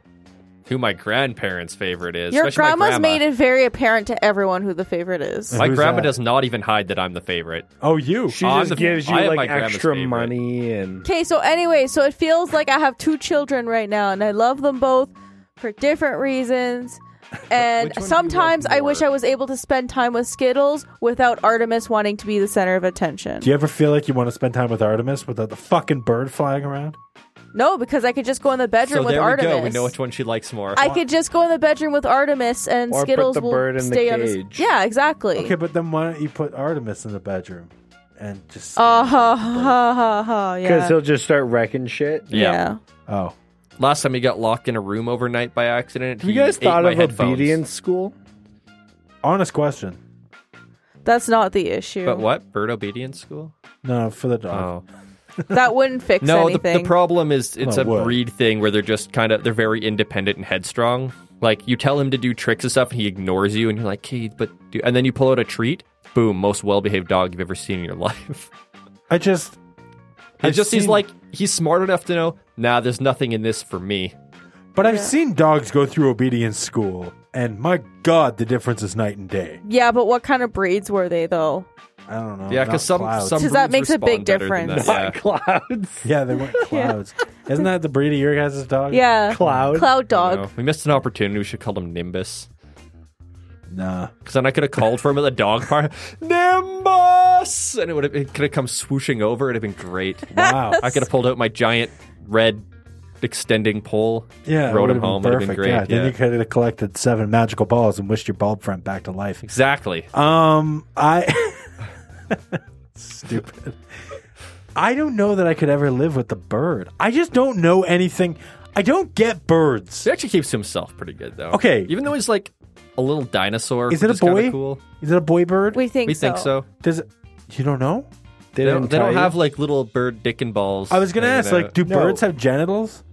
Speaker 2: who my grandparents' favorite is.
Speaker 4: Your
Speaker 2: especially my
Speaker 4: grandma's
Speaker 2: grandma.
Speaker 4: made it very apparent to everyone who the favorite is.
Speaker 2: My
Speaker 1: Who's
Speaker 2: grandma
Speaker 1: that?
Speaker 2: does not even hide that I'm the favorite.
Speaker 1: Oh, you.
Speaker 5: She
Speaker 2: I'm
Speaker 5: just
Speaker 2: the-
Speaker 5: gives you
Speaker 2: I am my
Speaker 5: like
Speaker 2: grandma's
Speaker 5: extra
Speaker 2: favorite.
Speaker 5: money and
Speaker 4: Okay, so anyway, so it feels like I have two children right now, and I love them both for different reasons. And
Speaker 2: Which one do you
Speaker 4: sometimes
Speaker 2: love
Speaker 4: I wish
Speaker 2: more?
Speaker 4: I was able to spend time with Skittles without Artemis wanting to be the center of attention.
Speaker 1: Do you ever feel like you want to spend time with Artemis without the fucking bird flying around?
Speaker 4: no, because I could just go in the bedroom
Speaker 2: So
Speaker 4: with
Speaker 2: there
Speaker 4: Artemis.
Speaker 2: we go. We know which one she likes more.
Speaker 4: I could just go in the bedroom with Artemis, and
Speaker 5: Or put
Speaker 4: Skittles
Speaker 5: the
Speaker 4: will
Speaker 5: bird in the
Speaker 4: stay on. The,
Speaker 5: cage.
Speaker 4: yeah, exactly.
Speaker 1: Okay, but then why don't you put Artemis in the bedroom and just.
Speaker 4: Uh, ha, ha, ha, ha,
Speaker 5: because
Speaker 4: yeah.
Speaker 5: he'll just start wrecking shit.
Speaker 4: yeah.
Speaker 1: oh.
Speaker 2: Last time he got locked in a room overnight by accident.
Speaker 5: Have you
Speaker 2: he
Speaker 5: guys
Speaker 2: ate
Speaker 5: thought
Speaker 2: my
Speaker 5: of
Speaker 2: headphones.
Speaker 5: obedience school?
Speaker 1: Honest question.
Speaker 4: That's not the issue.
Speaker 2: But what? Bird obedience school?
Speaker 1: No, for the dog.
Speaker 2: Oh.
Speaker 4: That wouldn't fix
Speaker 2: No, the,
Speaker 4: anything.
Speaker 2: the problem is it's
Speaker 1: No,
Speaker 2: a
Speaker 1: what?
Speaker 2: breed thing where they're just kind of they're very independent and headstrong. Like you tell him to do tricks and stuff, and he ignores you, and you're like, "Hey, but," do-" and then you pull out a treat. Boom! Most well-behaved dog you've ever seen in your life.
Speaker 1: I just.
Speaker 2: And
Speaker 1: I've
Speaker 2: just he's
Speaker 1: seen-
Speaker 2: like he's smart enough to know. Nah, there's nothing in this for me.
Speaker 1: But I've seen dogs go through obedience school, and my God, the difference is night and day.
Speaker 4: yeah, but what kind of breeds were they though?
Speaker 1: I don't know.
Speaker 2: Yeah, because
Speaker 1: Oh, not
Speaker 2: some
Speaker 1: clouds.
Speaker 2: some
Speaker 4: 'Cause that
Speaker 2: breeds
Speaker 4: makes a
Speaker 2: respond
Speaker 4: big
Speaker 2: better than
Speaker 4: difference.
Speaker 2: that, yeah.
Speaker 5: Clouds.
Speaker 1: Yeah, they weren't clouds. Isn't that the breed of your guys' dog?
Speaker 4: Yeah,
Speaker 5: Cloud.
Speaker 4: cloud
Speaker 2: You
Speaker 4: dog.
Speaker 2: know, we missed an opportunity. We should call him Nimbus.
Speaker 1: Nah.
Speaker 2: Because then I could have called for him at the dog park. Nimbus! And it would have it could have come swooshing over. It would have been great.
Speaker 1: Wow.
Speaker 2: I could have pulled out my giant red extending pole.
Speaker 1: Yeah, it
Speaker 2: rode
Speaker 1: would've
Speaker 2: him
Speaker 1: been
Speaker 2: home. would have been
Speaker 1: Perfect.
Speaker 2: great.
Speaker 1: yeah. Then
Speaker 2: yeah.
Speaker 1: you could have collected seven magical balls and wished your bald friend back to life.
Speaker 2: Exactly.
Speaker 1: Um, I stupid. I don't know that I could ever live with the bird. I just don't know anything. I don't get birds.
Speaker 2: He actually keeps to himself pretty good though.
Speaker 1: Okay.
Speaker 2: Even though he's like a little dinosaur.
Speaker 1: Is it a
Speaker 2: which kinda
Speaker 1: boy?
Speaker 2: Cool.
Speaker 1: Is it a boy bird?
Speaker 4: We think
Speaker 2: we
Speaker 4: so.
Speaker 2: think so.
Speaker 1: Does it, you don't know?
Speaker 5: They,
Speaker 2: They don't,
Speaker 5: didn't
Speaker 2: they don't
Speaker 5: tell you?
Speaker 2: have like little bird dick and balls.
Speaker 1: I was gonna
Speaker 2: hanging
Speaker 1: ask, like,
Speaker 2: out.
Speaker 1: do
Speaker 5: No.
Speaker 1: birds have genitals?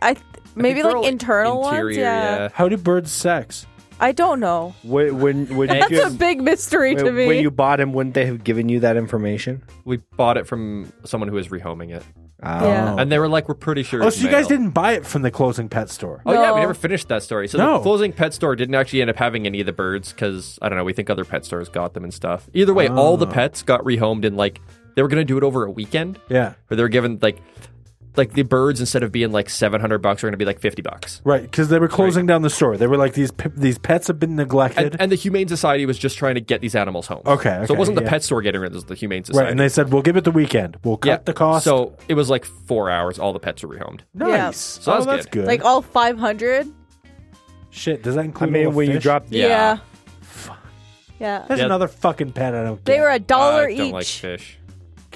Speaker 4: I th- maybe
Speaker 2: they're
Speaker 4: like
Speaker 2: all
Speaker 4: internal ones.
Speaker 2: interior,
Speaker 4: Yeah.
Speaker 1: How do birds sex?
Speaker 4: I don't know.
Speaker 5: When, when, when
Speaker 2: That's
Speaker 5: you,
Speaker 4: That's a big mystery to
Speaker 5: when,
Speaker 4: me.
Speaker 5: when you bought him, wouldn't they have given you that information?
Speaker 2: We bought it from someone who was rehoming it.
Speaker 5: Oh.
Speaker 4: yeah.
Speaker 2: And they were like, we're pretty sure.
Speaker 1: Oh,
Speaker 2: it's
Speaker 1: so you guys
Speaker 2: male."
Speaker 1: didn't buy it from the closing pet store?
Speaker 2: Oh yeah,
Speaker 4: No.
Speaker 2: we never finished that story. So
Speaker 1: No.
Speaker 2: the closing pet store didn't actually end up having any of the birds because I don't know. We think other pet stores got them and stuff. Either way, all
Speaker 1: Ah.
Speaker 2: the pets got rehomed and like they were gonna do it over a weekend,
Speaker 1: Yeah,
Speaker 2: where they were given like like the birds instead of being like seven hundred bucks are gonna be like fifty bucks.
Speaker 1: right. Because they were closing down the store. They were like these p- these pets have been neglected.
Speaker 2: And, and the Humane Society was just trying to get these animals home.
Speaker 1: Okay,
Speaker 2: so
Speaker 1: okay,
Speaker 2: it wasn't the
Speaker 1: yeah.
Speaker 2: pet store getting rid of it, it was the Humane Society.
Speaker 1: Right, and they said we'll give it the weekend. We'll cut
Speaker 2: yeah,
Speaker 1: the cost.
Speaker 2: So it was like four hours. All the pets were rehomed.
Speaker 4: Yeah.
Speaker 1: nice.
Speaker 2: So
Speaker 1: oh,
Speaker 2: that's
Speaker 1: that's
Speaker 2: good.
Speaker 1: good.
Speaker 4: like all 500?
Speaker 1: Shit, does that
Speaker 5: I
Speaker 1: include? all
Speaker 5: mean,
Speaker 1: the
Speaker 5: when you
Speaker 1: fish?
Speaker 5: drop
Speaker 4: Yeah. Yeah.
Speaker 1: That's
Speaker 2: Yeah.
Speaker 1: another fucking pet I don't get.
Speaker 4: They were a
Speaker 2: I
Speaker 4: dollar
Speaker 2: don't like
Speaker 4: each.
Speaker 2: fish.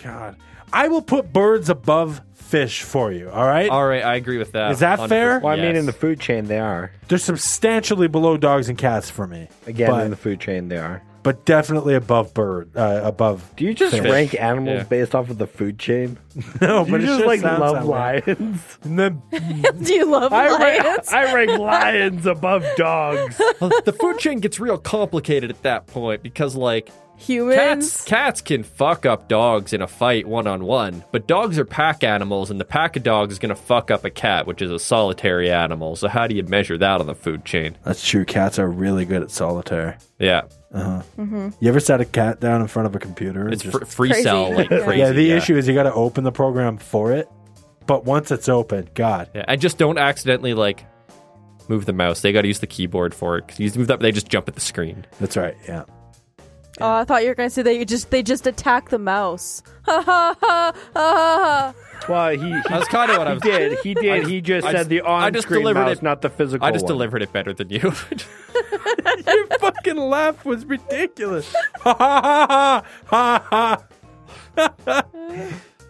Speaker 1: God. I will put birds above fish for you. All right.
Speaker 2: All right, I agree with that.
Speaker 1: Is that
Speaker 2: 100%.
Speaker 1: fair?
Speaker 5: Well, I mean,
Speaker 2: Yes.
Speaker 5: in the food chain, they are.
Speaker 1: They're substantially below dogs and cats for me.
Speaker 5: Again,
Speaker 1: but,
Speaker 5: in the food chain, they are.
Speaker 1: but definitely above bird. Uh, above.
Speaker 5: Do you just
Speaker 2: Fish.
Speaker 5: rank animals
Speaker 2: Yeah.
Speaker 5: based off of the food chain?
Speaker 1: No,
Speaker 5: Do you
Speaker 1: it
Speaker 5: just
Speaker 1: sure
Speaker 5: like
Speaker 1: sounds
Speaker 5: love
Speaker 1: that way.
Speaker 5: lions?
Speaker 1: And then
Speaker 4: Do you love
Speaker 5: I, rank,
Speaker 4: lions?
Speaker 5: I rank lions above dogs.
Speaker 2: Well, the food chain gets real complicated at that point because, like, cats
Speaker 4: Humans.
Speaker 2: cats can fuck up dogs in a fight one on one, but dogs are pack animals, and the pack of dogs is gonna fuck up a cat, which is a solitary animal. So how do you measure that on the food chain?
Speaker 1: that's true. Cats are really good at solitaire.
Speaker 2: Yeah,
Speaker 1: You ever set a cat down in front of a computer? and
Speaker 2: it's
Speaker 1: just-
Speaker 2: fr- free
Speaker 4: Crazy.
Speaker 2: cell like
Speaker 4: Yeah,
Speaker 2: crazy.
Speaker 1: yeah. The issue is you got to open the program for it. But once it's open, God,
Speaker 2: Yeah, and just don't accidentally like move the mouse. They got to use the keyboard for it. Cause you move that, they just jump at the screen.
Speaker 1: that's right. Yeah.
Speaker 4: Oh, I thought you were gonna say that you just they just attack the mouse. Ha ha ha ha ha. ha.
Speaker 5: well, he, he
Speaker 2: That's kind of what I was.
Speaker 5: did. He did. he just
Speaker 2: I
Speaker 5: said
Speaker 2: just-
Speaker 5: the on
Speaker 2: I just delivered
Speaker 5: mouse,
Speaker 2: it-
Speaker 5: not the physical.
Speaker 2: I just
Speaker 5: one.
Speaker 2: delivered it better than you.
Speaker 1: Your fucking laugh was ridiculous. Ha ha ha ha ha.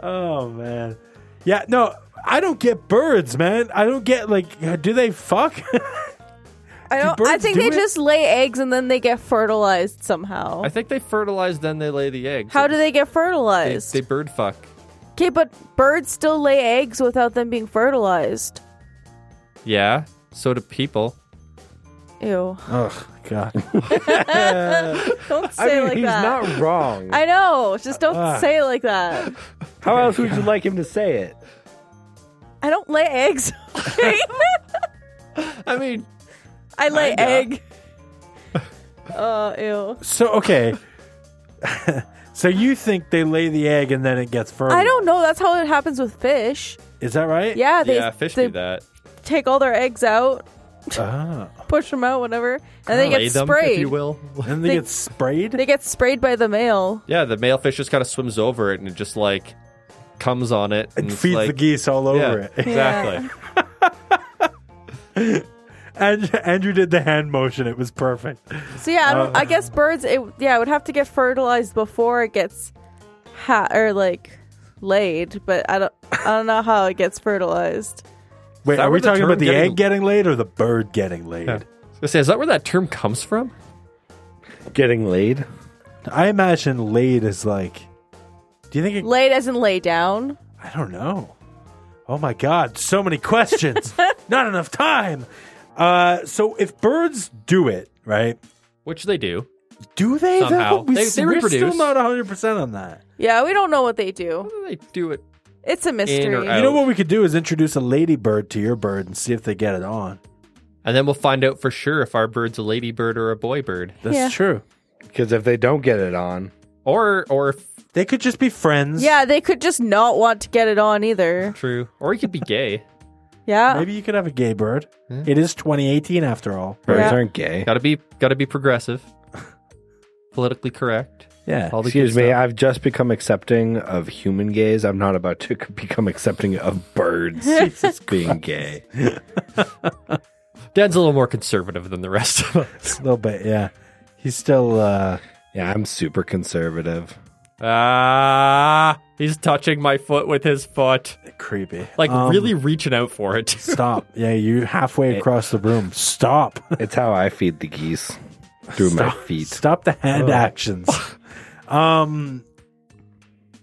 Speaker 1: Oh man. Yeah, no, I don't get birds, man. I don't get like do they fuck?
Speaker 4: I don't. I
Speaker 1: birds
Speaker 4: think
Speaker 1: do
Speaker 4: they
Speaker 1: it?
Speaker 4: just lay eggs and then they get fertilized somehow.
Speaker 2: I think they fertilize, then they lay the eggs.
Speaker 4: How do they get
Speaker 2: They,
Speaker 4: fertilized?
Speaker 2: they bird fuck.
Speaker 4: Okay, but birds still lay eggs without them being fertilized.
Speaker 2: Yeah. So do people.
Speaker 4: Ew.
Speaker 1: Ugh, god.
Speaker 2: Uh,
Speaker 4: Don't
Speaker 5: I
Speaker 4: say it
Speaker 5: mean,
Speaker 4: like
Speaker 5: he's
Speaker 4: that.
Speaker 5: not wrong.
Speaker 4: I know. Just don't
Speaker 2: Uh,
Speaker 1: Ah.
Speaker 4: say it like that.
Speaker 5: How else would you like him to say it?
Speaker 4: I don't lay eggs. okay?
Speaker 2: I mean,
Speaker 4: I lay egg. Oh, ew.
Speaker 1: So okay. so you think they lay the egg and then it gets fertile.
Speaker 4: I don't know. That's how it happens with fish.
Speaker 1: Is that right?
Speaker 4: Yeah, they,
Speaker 2: yeah, fish
Speaker 4: they
Speaker 2: do that.
Speaker 4: take all their eggs out,
Speaker 1: Ah.
Speaker 4: push them out, whatever, and they
Speaker 2: lay
Speaker 4: get
Speaker 2: them,
Speaker 4: sprayed.
Speaker 2: if you will.
Speaker 1: And they,
Speaker 4: They-
Speaker 1: get sprayed?
Speaker 4: They get sprayed by the male.
Speaker 2: Yeah, the male fish just kind of swims over it and it just like comes on it
Speaker 1: and
Speaker 2: it's
Speaker 1: feeds the
Speaker 2: like-
Speaker 1: geese all
Speaker 2: Yeah,
Speaker 1: over it.
Speaker 2: Exactly.
Speaker 1: And Andrew did the hand motion. It was perfect.
Speaker 4: So yeah, I,
Speaker 1: Uh,
Speaker 4: don't, I guess birds. It, yeah, it would have to get fertilized before it gets ha- or like laid. But I don't. I don't know how it gets fertilized.
Speaker 1: Wait,
Speaker 2: that
Speaker 1: are we
Speaker 2: where the
Speaker 1: talking about
Speaker 2: term
Speaker 1: the
Speaker 2: getting-
Speaker 1: egg getting laid or the bird getting laid?
Speaker 2: I was gonna say, is that where that term comes from?
Speaker 5: Getting laid.
Speaker 1: I imagine laid is like. Do you think? It,
Speaker 4: Laid as in lay down.
Speaker 1: I don't know. Oh my god, so many questions. Not enough time. Uh, so if birds do it, right?
Speaker 2: Which they do.
Speaker 1: Do they? though?
Speaker 2: Somehow.
Speaker 1: we,
Speaker 2: They- they
Speaker 1: are still
Speaker 2: reproduce.
Speaker 1: not 100 percent on that.
Speaker 4: Yeah, we don't know what they do.
Speaker 2: They do it.
Speaker 4: It's a mystery.
Speaker 2: or
Speaker 1: You
Speaker 2: out.
Speaker 1: know what we could do is introduce a ladybird to your bird and see if they get it on.
Speaker 2: And then we'll find out for sure if our bird's a ladybird or a boy bird.
Speaker 1: That's
Speaker 4: Yeah.
Speaker 1: true.
Speaker 5: Because if they don't get it on,
Speaker 2: Or or if
Speaker 1: They could just be friends.
Speaker 4: Yeah, they could just not want to get it on either.
Speaker 2: true. Or he could be gay.
Speaker 4: Yeah.
Speaker 1: Maybe you could have a gay bird.
Speaker 2: Hmm?
Speaker 1: It is 2018 after all.
Speaker 5: birds
Speaker 4: Yeah.
Speaker 5: aren't gay.
Speaker 2: gotta be gotta be progressive. Politically correct.
Speaker 1: Yeah.
Speaker 2: All the
Speaker 5: Excuse
Speaker 2: good
Speaker 5: me,
Speaker 2: stuff.
Speaker 5: I've just become accepting of human gays. I'm not about to become accepting of birds being gay.
Speaker 2: Dan's a little more conservative than the rest of us.
Speaker 1: A little bit. Yeah. He's still. uh
Speaker 5: Yeah, I'm super conservative.
Speaker 2: Ah he's touching my foot with his foot.
Speaker 1: creepy.
Speaker 2: Like
Speaker 1: Um,
Speaker 2: really reaching out for it.
Speaker 1: Stop. Yeah, you're halfway across the room. Stop.
Speaker 5: It's how I feed the geese through my feet.
Speaker 1: Stop the hand actions. Um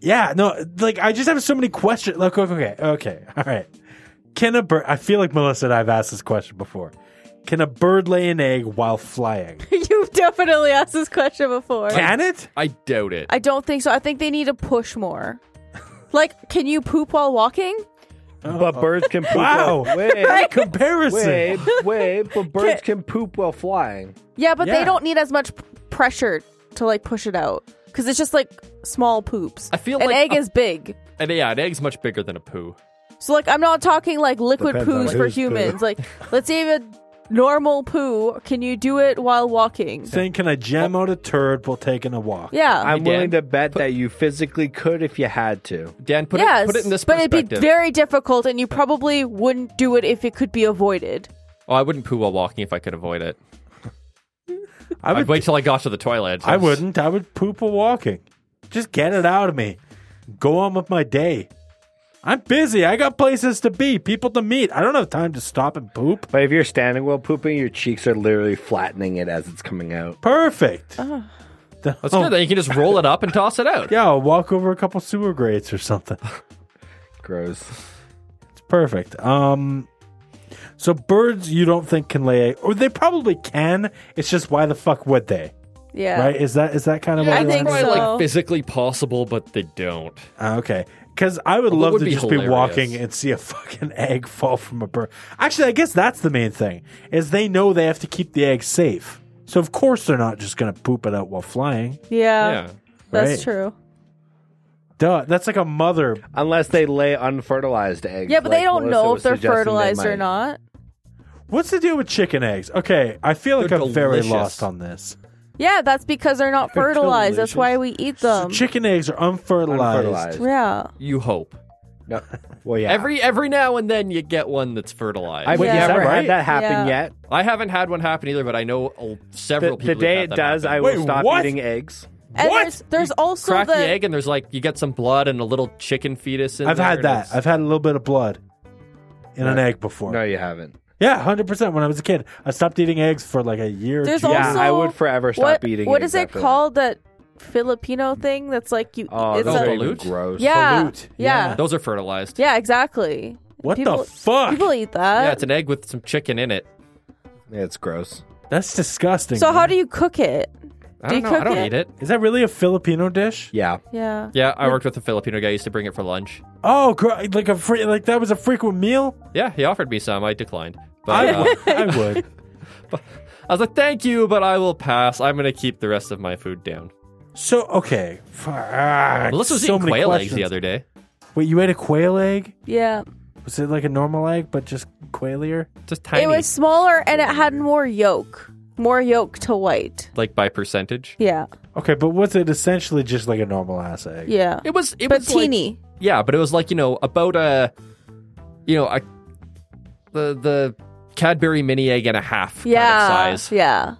Speaker 1: Yeah, no, like I just have so many questions. Like okay, okay, okay. All right. Can a bird I feel like Melissa and I've asked this question before. Can a bird lay an egg while flying?
Speaker 4: You've definitely asked this question before.
Speaker 1: Can it?
Speaker 2: I doubt it.
Speaker 4: I don't think so. I think they need to push more. Like, can you poop while walking?
Speaker 5: But birds can poop.
Speaker 1: Wow.
Speaker 5: while- Wait,
Speaker 1: Comparison.
Speaker 5: wait, wait. But birds can poop while flying.
Speaker 4: Yeah, but
Speaker 1: Yeah.
Speaker 4: they don't need as much p- pressure to like push it out because it's just like small poops.
Speaker 2: I feel
Speaker 4: an
Speaker 2: like
Speaker 4: egg
Speaker 2: a-
Speaker 4: is big.
Speaker 2: And yeah, an egg's much bigger than a poo.
Speaker 4: So like, I'm not talking like liquid
Speaker 5: Depends on
Speaker 4: poos for
Speaker 5: whose poo.
Speaker 4: humans. like, let's say a normal poo. Can you do it while walking?
Speaker 1: Saying can I jam out a turd while taking a walk?
Speaker 4: Yeah.
Speaker 5: I'm
Speaker 2: Dan.
Speaker 5: willing to bet that you physically could if you had to.
Speaker 2: Dan, put
Speaker 4: yes,
Speaker 2: it put it in this
Speaker 4: but
Speaker 2: perspective.
Speaker 4: it'd be very difficult, and you probably wouldn't do it if it could be avoided.
Speaker 2: oh, I wouldn't poo while walking if I could avoid it.
Speaker 1: I
Speaker 2: I'd
Speaker 1: would
Speaker 2: wait till I got to the toilet.
Speaker 1: I wouldn't. I would poop while walking. Just get it out of me. Go on with my day. I'm busy. I got places to be, people to meet. I don't have time to stop and poop.
Speaker 5: But if you're standing while pooping, your cheeks are literally flattening it as it's coming out.
Speaker 1: Perfect.
Speaker 4: Ah.
Speaker 2: That's good. Then you can just roll it up and toss it out.
Speaker 1: Oh. Yeah, I'll walk over a couple sewer grates or something.
Speaker 5: Gross.
Speaker 1: Perfect. Um, so birds you don't think can lay eggs, or they probably can. It's just why the fuck would they?
Speaker 4: Yeah.
Speaker 1: Right? Is that is that kind of
Speaker 4: I
Speaker 1: what
Speaker 2: it's
Speaker 1: you're
Speaker 4: think
Speaker 1: asking?
Speaker 2: probably
Speaker 4: so.
Speaker 2: like physically possible, but they don't.
Speaker 1: Ah, okay. Because I would
Speaker 2: Although it
Speaker 1: love
Speaker 2: would
Speaker 1: to
Speaker 2: be
Speaker 1: just be
Speaker 2: hilarious.
Speaker 1: walking and see a fucking egg fall from a bird. Actually, I guess that's the main thing is they know they have to keep the egg safe. So of course they're not just gonna poop it out while flying.
Speaker 4: yeah,
Speaker 2: yeah.
Speaker 4: that's
Speaker 1: right.
Speaker 4: true.
Speaker 1: Duh, that's like a mother.
Speaker 5: Unless they lay unfertilized eggs.
Speaker 4: Yeah, but they
Speaker 5: like
Speaker 4: don't
Speaker 5: Melissa
Speaker 4: know
Speaker 5: was
Speaker 4: if they're
Speaker 5: suggesting they
Speaker 4: fertilized or
Speaker 5: might.
Speaker 4: not.
Speaker 1: What's the deal with chicken eggs? Okay, I feel like
Speaker 2: They're
Speaker 1: I'm very
Speaker 2: delicious.
Speaker 1: lost on this.
Speaker 4: Yeah, that's because they're not fertilized. That's why we eat them.
Speaker 1: Chicken eggs are unfertilized.
Speaker 5: Unfertilized.
Speaker 4: yeah.
Speaker 2: You hope.
Speaker 5: No. Well, yeah.
Speaker 2: Every every now and then you get one that's fertilized.
Speaker 5: I've
Speaker 4: Wait, is
Speaker 5: never
Speaker 1: that right?
Speaker 5: had that happen
Speaker 4: Yeah.
Speaker 5: yet.
Speaker 2: I haven't had one happen either, but I know oh,
Speaker 5: The,
Speaker 2: several
Speaker 5: the
Speaker 2: people.
Speaker 5: day it does, I will
Speaker 1: Wait,
Speaker 5: stop
Speaker 1: what?
Speaker 5: eating eggs.
Speaker 4: And
Speaker 1: What?
Speaker 4: there's there's also
Speaker 2: crack
Speaker 4: the,
Speaker 2: the egg and there's like you get some blood and a little chicken fetus in
Speaker 1: I've
Speaker 2: there
Speaker 1: had
Speaker 2: and
Speaker 1: that.
Speaker 2: it's-
Speaker 1: I've had a little bit of blood in an egg before.
Speaker 5: No, you haven't.
Speaker 1: Yeah, hundred percent. When I was a kid, I stopped eating eggs for like a year. or
Speaker 4: There's
Speaker 1: two.
Speaker 4: also
Speaker 5: Yeah, I would forever stop
Speaker 4: what,
Speaker 5: eating
Speaker 4: What
Speaker 5: eggs
Speaker 4: is it
Speaker 5: after that.
Speaker 4: called that. Filipino thing that's like you
Speaker 5: Oh,
Speaker 4: it's
Speaker 5: those
Speaker 2: a-
Speaker 5: are
Speaker 4: a,
Speaker 5: even
Speaker 2: Pollute?
Speaker 5: gross.
Speaker 4: yeah,
Speaker 1: pollute.
Speaker 4: yeah
Speaker 1: Yeah.
Speaker 4: yeah
Speaker 2: Those are fertilized.
Speaker 4: exactly
Speaker 1: What the
Speaker 4: people,
Speaker 1: fuck?
Speaker 4: people eat that
Speaker 2: Yeah, it's an egg with some chicken in it.
Speaker 5: Yeah, it's gross.
Speaker 1: That's disgusting.
Speaker 4: so how
Speaker 1: man.
Speaker 4: do you cook it
Speaker 2: I don't
Speaker 4: Do you
Speaker 2: know. I
Speaker 4: cook
Speaker 2: don't
Speaker 4: it?
Speaker 2: eat it.
Speaker 1: Is that really a Filipino dish?
Speaker 5: Yeah.
Speaker 4: yeah
Speaker 2: Yeah, I worked with a Filipino guy. He used to bring it for lunch.
Speaker 1: Oh, gr- like a free, like that was a frequent meal.
Speaker 2: Yeah, he offered me some. I declined. But
Speaker 1: I
Speaker 2: uh,
Speaker 1: would. I would.
Speaker 2: I was like, "Thank you, but I will pass. I'm going to keep the rest of my food down."
Speaker 1: So okay, fuck.
Speaker 2: Melissa was
Speaker 1: so
Speaker 2: eating
Speaker 1: many
Speaker 2: quail
Speaker 1: questions.
Speaker 2: eggs the other day.
Speaker 1: Wait, you ate a quail egg?
Speaker 4: yeah
Speaker 1: Was it like a normal egg but just quailier?
Speaker 2: Just tiny,
Speaker 4: it was smaller and it had more yolk more yolk to white
Speaker 2: like by percentage.
Speaker 4: yeah
Speaker 1: Okay, but was it essentially just like a normal ass egg?
Speaker 4: yeah
Speaker 2: It was. It
Speaker 4: but
Speaker 2: was like-
Speaker 4: teeny
Speaker 2: yeah, but it was like you know about a, you know, a, the the Cadbury mini egg and a half
Speaker 4: yeah
Speaker 2: kind of size
Speaker 4: yeah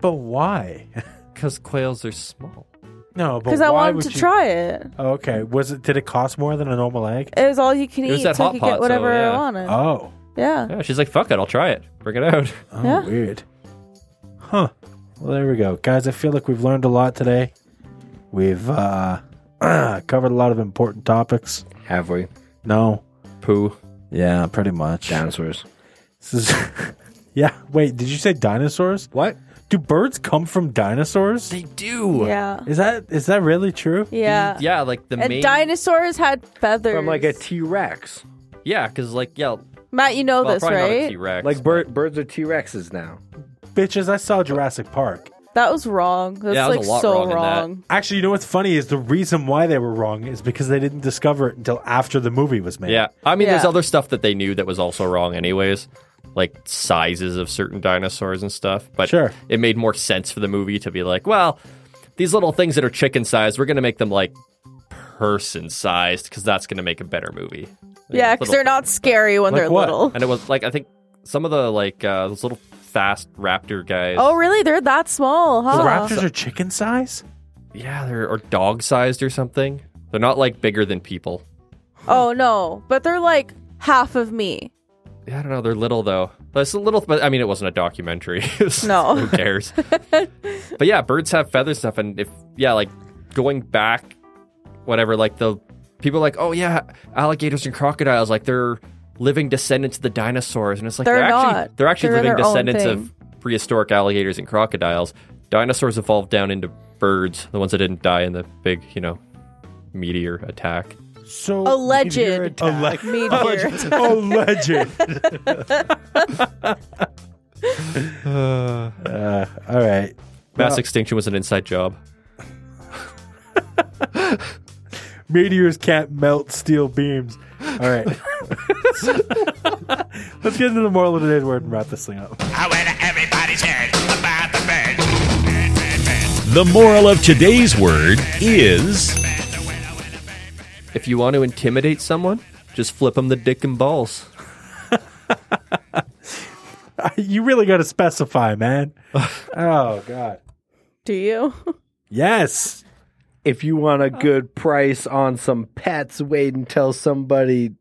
Speaker 1: But why?
Speaker 2: because quails are small.
Speaker 1: no, but
Speaker 4: because
Speaker 1: why
Speaker 4: I wanted
Speaker 1: would
Speaker 4: to
Speaker 1: you...
Speaker 4: try it
Speaker 1: Okay, was it? Did it cost more than a normal egg?
Speaker 4: it was all you can
Speaker 2: It was
Speaker 4: eat
Speaker 2: that
Speaker 4: so I
Speaker 2: hot
Speaker 4: could
Speaker 2: pot,
Speaker 4: get
Speaker 2: so,
Speaker 4: whatever I
Speaker 2: yeah.
Speaker 4: wanted
Speaker 1: Oh,
Speaker 4: yeah
Speaker 2: Yeah, she's like, "Fuck it, I'll try it. Bring it out."
Speaker 1: oh,
Speaker 4: Yeah.
Speaker 1: weird. Huh. Well, there we go, guys. I feel like we've learned a lot today. We've uh, covered a lot of important topics.
Speaker 5: Have we?
Speaker 1: No.
Speaker 2: Poo.
Speaker 1: Yeah, pretty much.
Speaker 5: Dinosaurs.
Speaker 1: This is. yeah. Wait, did you say dinosaurs?
Speaker 5: What?
Speaker 1: Do birds come from dinosaurs?
Speaker 2: They do.
Speaker 4: yeah
Speaker 1: Is that is that really true?
Speaker 4: yeah
Speaker 2: Yeah, like the
Speaker 4: and
Speaker 2: main.
Speaker 4: dinosaurs had feathers
Speaker 5: From like a T Rex.
Speaker 2: yeah, because like yeah,
Speaker 4: Matt, you know
Speaker 2: well,
Speaker 4: this,
Speaker 2: probably not a
Speaker 4: right?
Speaker 2: T-Rex.
Speaker 5: Like bird, birds are T Rexes now.
Speaker 1: Bitches, I saw Jurassic Park.
Speaker 4: That was wrong. That's
Speaker 2: Yeah, I was a
Speaker 4: like
Speaker 2: lot
Speaker 4: so
Speaker 2: wrong
Speaker 4: wrong.
Speaker 2: in that.
Speaker 1: Actually, you know what's funny is the reason why they were wrong is because they didn't discover it until after the movie was made.
Speaker 2: Yeah, I mean, there's
Speaker 4: Yeah.
Speaker 2: other stuff that they knew that was also wrong, anyways, like sizes of certain dinosaurs and stuff. But
Speaker 1: Sure.
Speaker 2: it made more sense for the movie to be like, well, these little things that are chicken sized, we're gonna make them like person sized because that's gonna make a better movie.
Speaker 4: Yeah, because
Speaker 2: little-
Speaker 4: they're not scary when
Speaker 1: Like
Speaker 4: they're
Speaker 1: what?
Speaker 4: little.
Speaker 2: And it was like I think some of the like uh, those little fast raptor guys.
Speaker 4: Oh, really? They're that small,
Speaker 1: The
Speaker 4: huh?
Speaker 1: raptors are chicken size?
Speaker 2: yeah, they're or dog sized or something. They're not like bigger than people.
Speaker 4: Oh no, but they're like half of me.
Speaker 2: Yeah, I don't know. They're little though. That's a little, but I mean, it wasn't a documentary.
Speaker 4: No.
Speaker 2: who cares? but yeah, birds have feathers and stuff, and if yeah, like going back, whatever. Like the people are like, oh yeah, alligators and crocodiles, like they're living descendants of the dinosaurs, and it's like
Speaker 4: They're
Speaker 2: actually
Speaker 4: not.
Speaker 2: they're actually
Speaker 4: They're
Speaker 2: living
Speaker 4: their own
Speaker 2: descendants
Speaker 4: thing.
Speaker 2: of prehistoric alligators and crocodiles. Dinosaurs evolved down into birds, the ones that didn't die in the big, you know, meteor attack.
Speaker 1: So
Speaker 4: Alleged.
Speaker 1: Alleged.
Speaker 2: oh,
Speaker 4: Meteor.
Speaker 1: Alleged. uh, all right.
Speaker 2: Mass extinction was an inside job.
Speaker 1: Meteors can't melt steel beams. All right. Let's get into the moral of today's word and wrap this thing up.
Speaker 6: I went to everybody's head about the bird. Bird, bird, bird.
Speaker 3: The moral of today's word is
Speaker 6: Bird, the winner, winner, bird, bird.
Speaker 2: If you want to intimidate someone, just flip them the dick and balls.
Speaker 1: You really got to specify, man. oh, God.
Speaker 4: Do you?
Speaker 1: Yes.
Speaker 5: if you want a good price on some pets, wait until somebody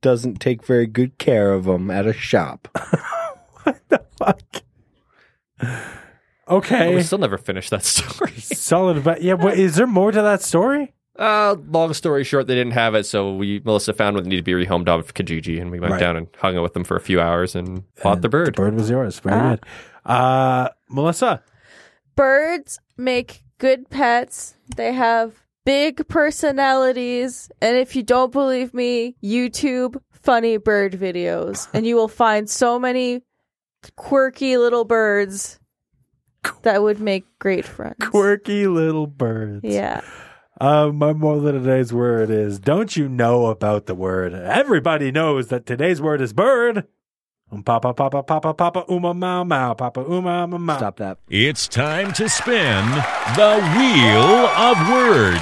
Speaker 5: doesn't take very good care of them at a shop.
Speaker 1: Fuck.
Speaker 2: Oh,
Speaker 1: Okay.
Speaker 2: we still never finished that story.
Speaker 1: Solid, but yeah, but is there more to that story?
Speaker 2: Uh, long story short, they didn't have it, so we Melissa found one that needed to be rehomed off of Kijiji, and we went
Speaker 1: Right.
Speaker 2: down and hung out with them for a few hours and bought the bird.
Speaker 1: Bird was yours. Very
Speaker 4: Ah.
Speaker 1: good. Uh, Melissa.
Speaker 4: birds make good pets. They have big personalities. And if you don't believe me, YouTube funny bird videos. And you will find so many quirky little birds that would make great friends.
Speaker 1: Quirky little birds.
Speaker 4: Yeah.
Speaker 1: Uh, my moral of today's word is don't you know about the word? Everybody knows that today's word is bird. Um, papa, papa, papa, papa, uma, mau, mau, papa, uma, ma, mau.
Speaker 5: Stop that.
Speaker 3: It's time to spin the Wheel of Words.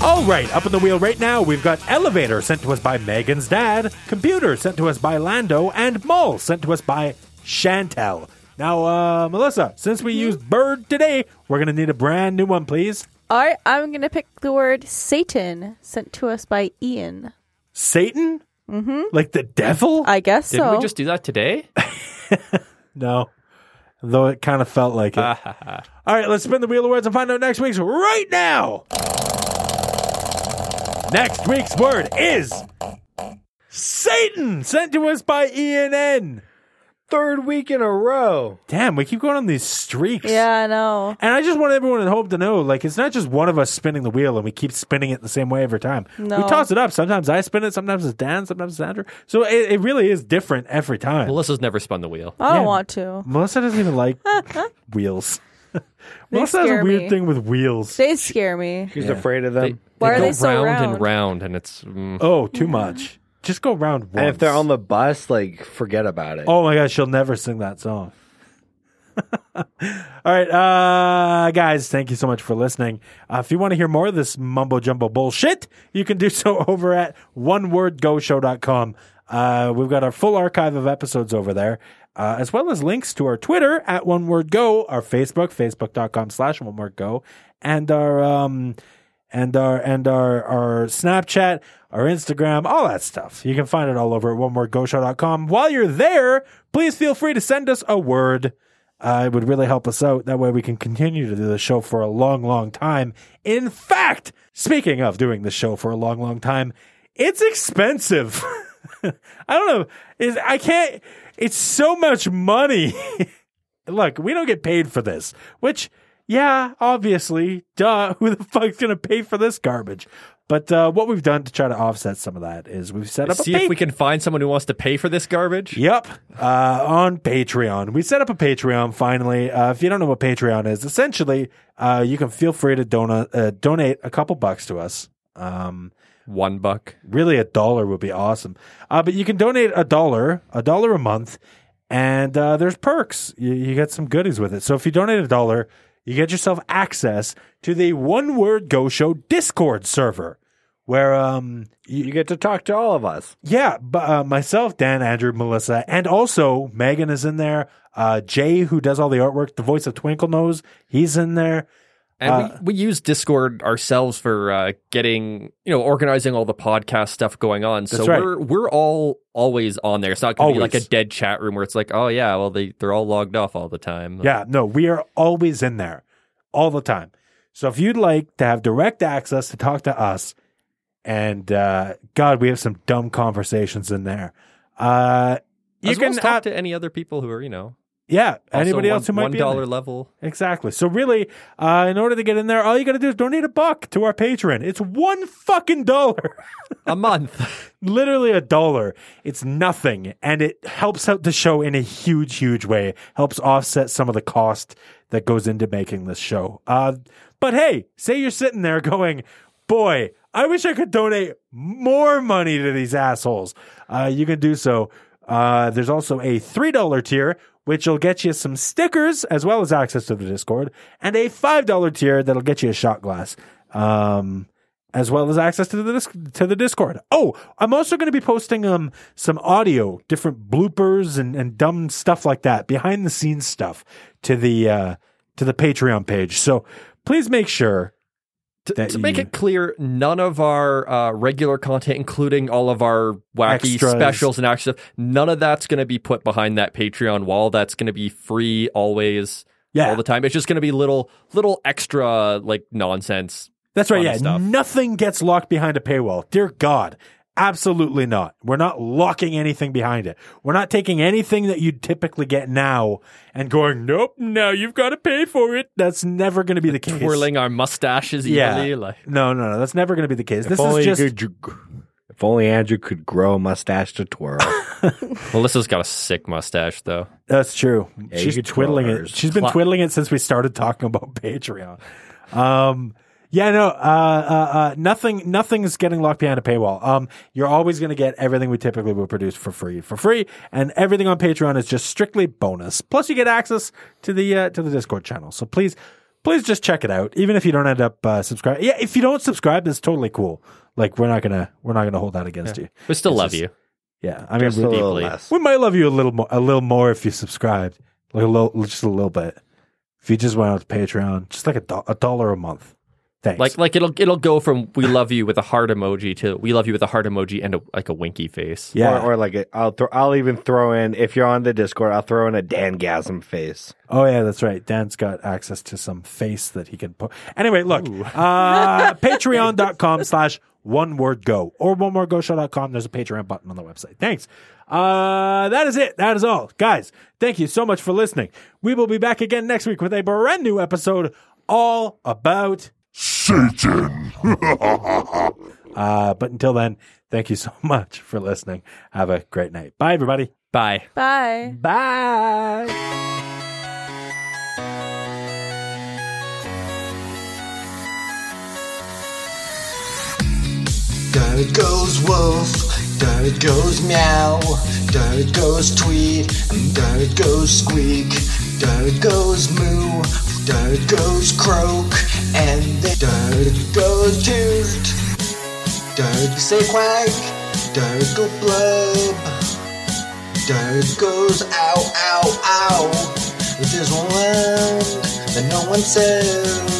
Speaker 1: All right, up in the wheel right now, we've got elevator sent to us by Megan's dad, computer sent to us by Lando, and mall sent to us by Chantel. Now, uh, Melissa, since we used bird today, we're going to need a brand new one, please.
Speaker 4: All right. I'm going to pick the word Satan, sent to us by Ian.
Speaker 1: Satan? Mm-hmm. Like the devil?
Speaker 4: I guess
Speaker 2: Didn't
Speaker 4: so.
Speaker 2: we just do that today?
Speaker 1: No. Though it kind of felt like it. All right, let's spin the wheel of words and find out next week's right now. Next week's word is Satan, sent to us by E ENN.
Speaker 5: Third week in a row.
Speaker 1: Damn, we keep going on these streaks.
Speaker 4: yeah, I know.
Speaker 1: And I just want everyone at home to know, like, it's not just one of us spinning the wheel and we keep spinning it the same way every time.
Speaker 4: No.
Speaker 1: We toss it up. Sometimes I spin it, sometimes it's Dan, sometimes it's Andrew. So it, it really is different every time.
Speaker 2: Melissa's never spun the wheel.
Speaker 4: I don't
Speaker 1: Yeah.
Speaker 4: want to.
Speaker 1: Melissa doesn't even like wheels. Melissa has a
Speaker 4: scare
Speaker 1: weird
Speaker 4: me.
Speaker 1: thing with wheels.
Speaker 4: They scare me.
Speaker 5: He's afraid of them.
Speaker 4: Why are
Speaker 2: go
Speaker 4: they so
Speaker 2: round,
Speaker 4: round?
Speaker 2: and round, and it's mm,
Speaker 1: Oh, too much. Just go round once.
Speaker 5: and if they're on the bus, like forget about it.
Speaker 1: oh my gosh, she'll never sing that song. All right, uh, guys, thank you so much for listening. Uh, if you want to hear more of this mumbo jumbo bullshit, you can do so over at onewordgoshow.com. Uh, we've got our full archive of episodes over there, uh, as well as links to our Twitter at onewordgo, our Facebook, facebook.com slash onewordgo, and our, um, and our and our our Snapchat, our Instagram, all that stuff. You can find it all over at onewordgoshow.com. While you're there, please feel free to send us a word. Uh, it would really help us out. That way we can continue to do the show for a long, long time. In fact, speaking of doing the show for a long, long time, it's expensive. I don't know. Is I can't. It's so much money. look, we don't get paid for this, which, yeah, obviously, duh, who the fuck's going to pay for this garbage? But uh, what we've done to try to offset some of that is we've set up
Speaker 2: see
Speaker 1: a
Speaker 2: if we
Speaker 1: Patreon.
Speaker 2: can find someone who wants to pay for this garbage.
Speaker 1: Yep. Uh, on Patreon. We set up a Patreon finally. Uh, if you don't know what Patreon is, essentially, uh, you can feel free to dona- uh, donate a couple bucks to us. Um,
Speaker 2: One buck.
Speaker 1: really a dollar would be awesome. Uh, but you can donate a dollar, a dollar a month, and uh, there's perks. You, you get some goodies with it. So if you donate a dollar, you get yourself access to the One Word Go Show Discord server, where um,
Speaker 5: You get to talk to all of us.
Speaker 1: yeah, b- uh, myself, Dan, Andrew, Melissa, and also Megan is in there. Uh, Jay, who does all the artwork, the voice of Twinkle Nose, he's in there.
Speaker 2: And
Speaker 1: Uh,
Speaker 2: we, we use Discord ourselves for uh, getting, you know, organizing all the podcast stuff going on. So
Speaker 1: That's right.
Speaker 2: we're we're all always on there. It's not going to be like a
Speaker 1: Always.
Speaker 2: dead chat room where it's like, oh yeah, well they they're all logged off all the time.
Speaker 1: Yeah, no, we are always in there all the time. So if you'd like to have direct access to talk to us, and uh, God, we have some dumb conversations in there. Uh, you
Speaker 2: As well
Speaker 1: can
Speaker 2: as
Speaker 1: add-
Speaker 2: talk to any other people who are, you know,
Speaker 1: yeah,
Speaker 2: also
Speaker 1: anybody
Speaker 2: one,
Speaker 1: else who might
Speaker 2: one
Speaker 1: be in
Speaker 2: dollar
Speaker 1: there.
Speaker 2: level.
Speaker 1: Exactly. So really, uh, in order to get in there, all you got to do is donate a buck to our patron. It's one fucking dollar.
Speaker 2: a month.
Speaker 1: literally a dollar. It's nothing. And it helps out the show in a huge, huge way. Helps offset some of the cost that goes into making this show. Uh, but hey, say you're sitting there going, boy, I wish I could donate more money to these assholes. Uh, you can do so. Uh, there's also a $3 tier, which will get you some stickers as well as access to the Discord, and a $5 tier that'll get you a shot glass. Um, as well as access to the disc- to the Discord. Oh, I'm also going to be posting um some audio, different bloopers and and dumb stuff like that, behind the scenes stuff to the uh, to the Patreon page. So please make sure.
Speaker 2: To,
Speaker 1: that
Speaker 2: to make
Speaker 1: you-
Speaker 2: it clear, none of our uh, regular content, including all of our wacky
Speaker 1: Extras.
Speaker 2: specials and extra stuff, none of that's going to be put behind that Patreon wall. That's going to be free always,
Speaker 1: Yeah.
Speaker 2: all the time. It's just going to be little, little extra like nonsense.
Speaker 1: That's right.
Speaker 2: fun
Speaker 1: Yeah,
Speaker 2: stuff.
Speaker 1: nothing gets locked behind a paywall. Dear God, absolutely not. We're not locking anything behind it. We're not taking anything that you typically get now and going, nope, now you've got to pay for it. That's never going to be the case.
Speaker 2: Twirling our mustaches
Speaker 1: yeah.
Speaker 2: evenly, like
Speaker 1: No, no, no. That's never going to be the case.
Speaker 5: If
Speaker 1: this
Speaker 5: only
Speaker 1: is just.
Speaker 5: you could, if only Andrew could grow a mustache to twirl.
Speaker 2: Melissa's got a sick mustache though.
Speaker 1: That's true.
Speaker 5: Yeah, you
Speaker 1: She's
Speaker 5: could twirl
Speaker 1: twiddling it.
Speaker 5: hers.
Speaker 1: She's been
Speaker 2: Cla-
Speaker 1: twiddling it since we started talking about Patreon. Um, yeah, no, uh, uh, uh, nothing, nothing's getting locked behind a paywall. Um, you're always going to get everything we typically would produce for free, for free, and everything on Patreon is just strictly bonus. Plus, you get access to the uh, to the Discord channel. So please, please just check it out. Even if you don't end up uh, subscribing, yeah, if you don't subscribe, that's totally cool. Like we're not gonna we're not gonna hold that against you.
Speaker 2: We still
Speaker 1: It's
Speaker 2: love
Speaker 1: just-
Speaker 2: you.
Speaker 1: Yeah, I mean,
Speaker 5: Just a little
Speaker 2: deeply.
Speaker 5: less.
Speaker 1: we might love you a little more, a little more if you subscribed, like a little, just a little bit. If you just went out to Patreon, just like a, do- a dollar a month. Thanks.
Speaker 2: Like like it'll it'll go from we love you with a heart emoji to we love you with a heart emoji and a, like a winky face.
Speaker 1: yeah.
Speaker 5: Or, or like a, I'll throw, I'll even throw in if you're on the Discord, I'll throw in a Dangasm face.
Speaker 1: oh yeah, that's right. Dan's got access to some face that he can put. Anyway, look, uh, patreon.com slash one word go or one word go show.com. There's a Patreon button on the website. Thanks. Uh, that is it. That is all. Guys, thank you so much for listening. We will be back again next week with a brand new episode all about Uh, but until then, thank you so much for listening. Have a great night. Bye, everybody.
Speaker 2: Bye.
Speaker 4: Bye.
Speaker 5: Bye.
Speaker 7: There it goes wolf, there it goes meow, there it goes tweet, and there it goes squeak, there it goes moo, there it goes croak, and then there it goes toot, there it say quack, there it go blub, there it goes ow ow ow. If there's one word that no one says.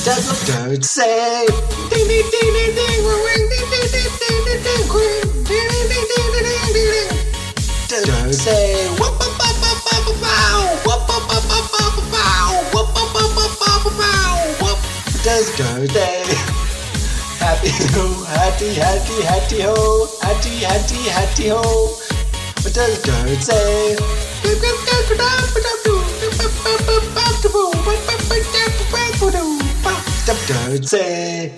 Speaker 7: That's what birds say. Ding ding ding ding ding ring ding ding ding ding ding ding ring ding ding ding ding ding ding ding ding. Birds say whoop whoop whoop whoop whoop whoop wow whoop whoop whoop whoop whoop whoop wow whoop whoop whoop whoop whoop whoop wow whoop. Does birds say? Happy ho, happy happy happy ho, happy happy happy ho. What does birds say? Don't say.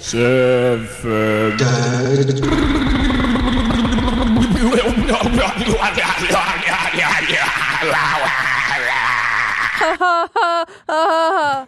Speaker 4: Ha ha ha ha ha.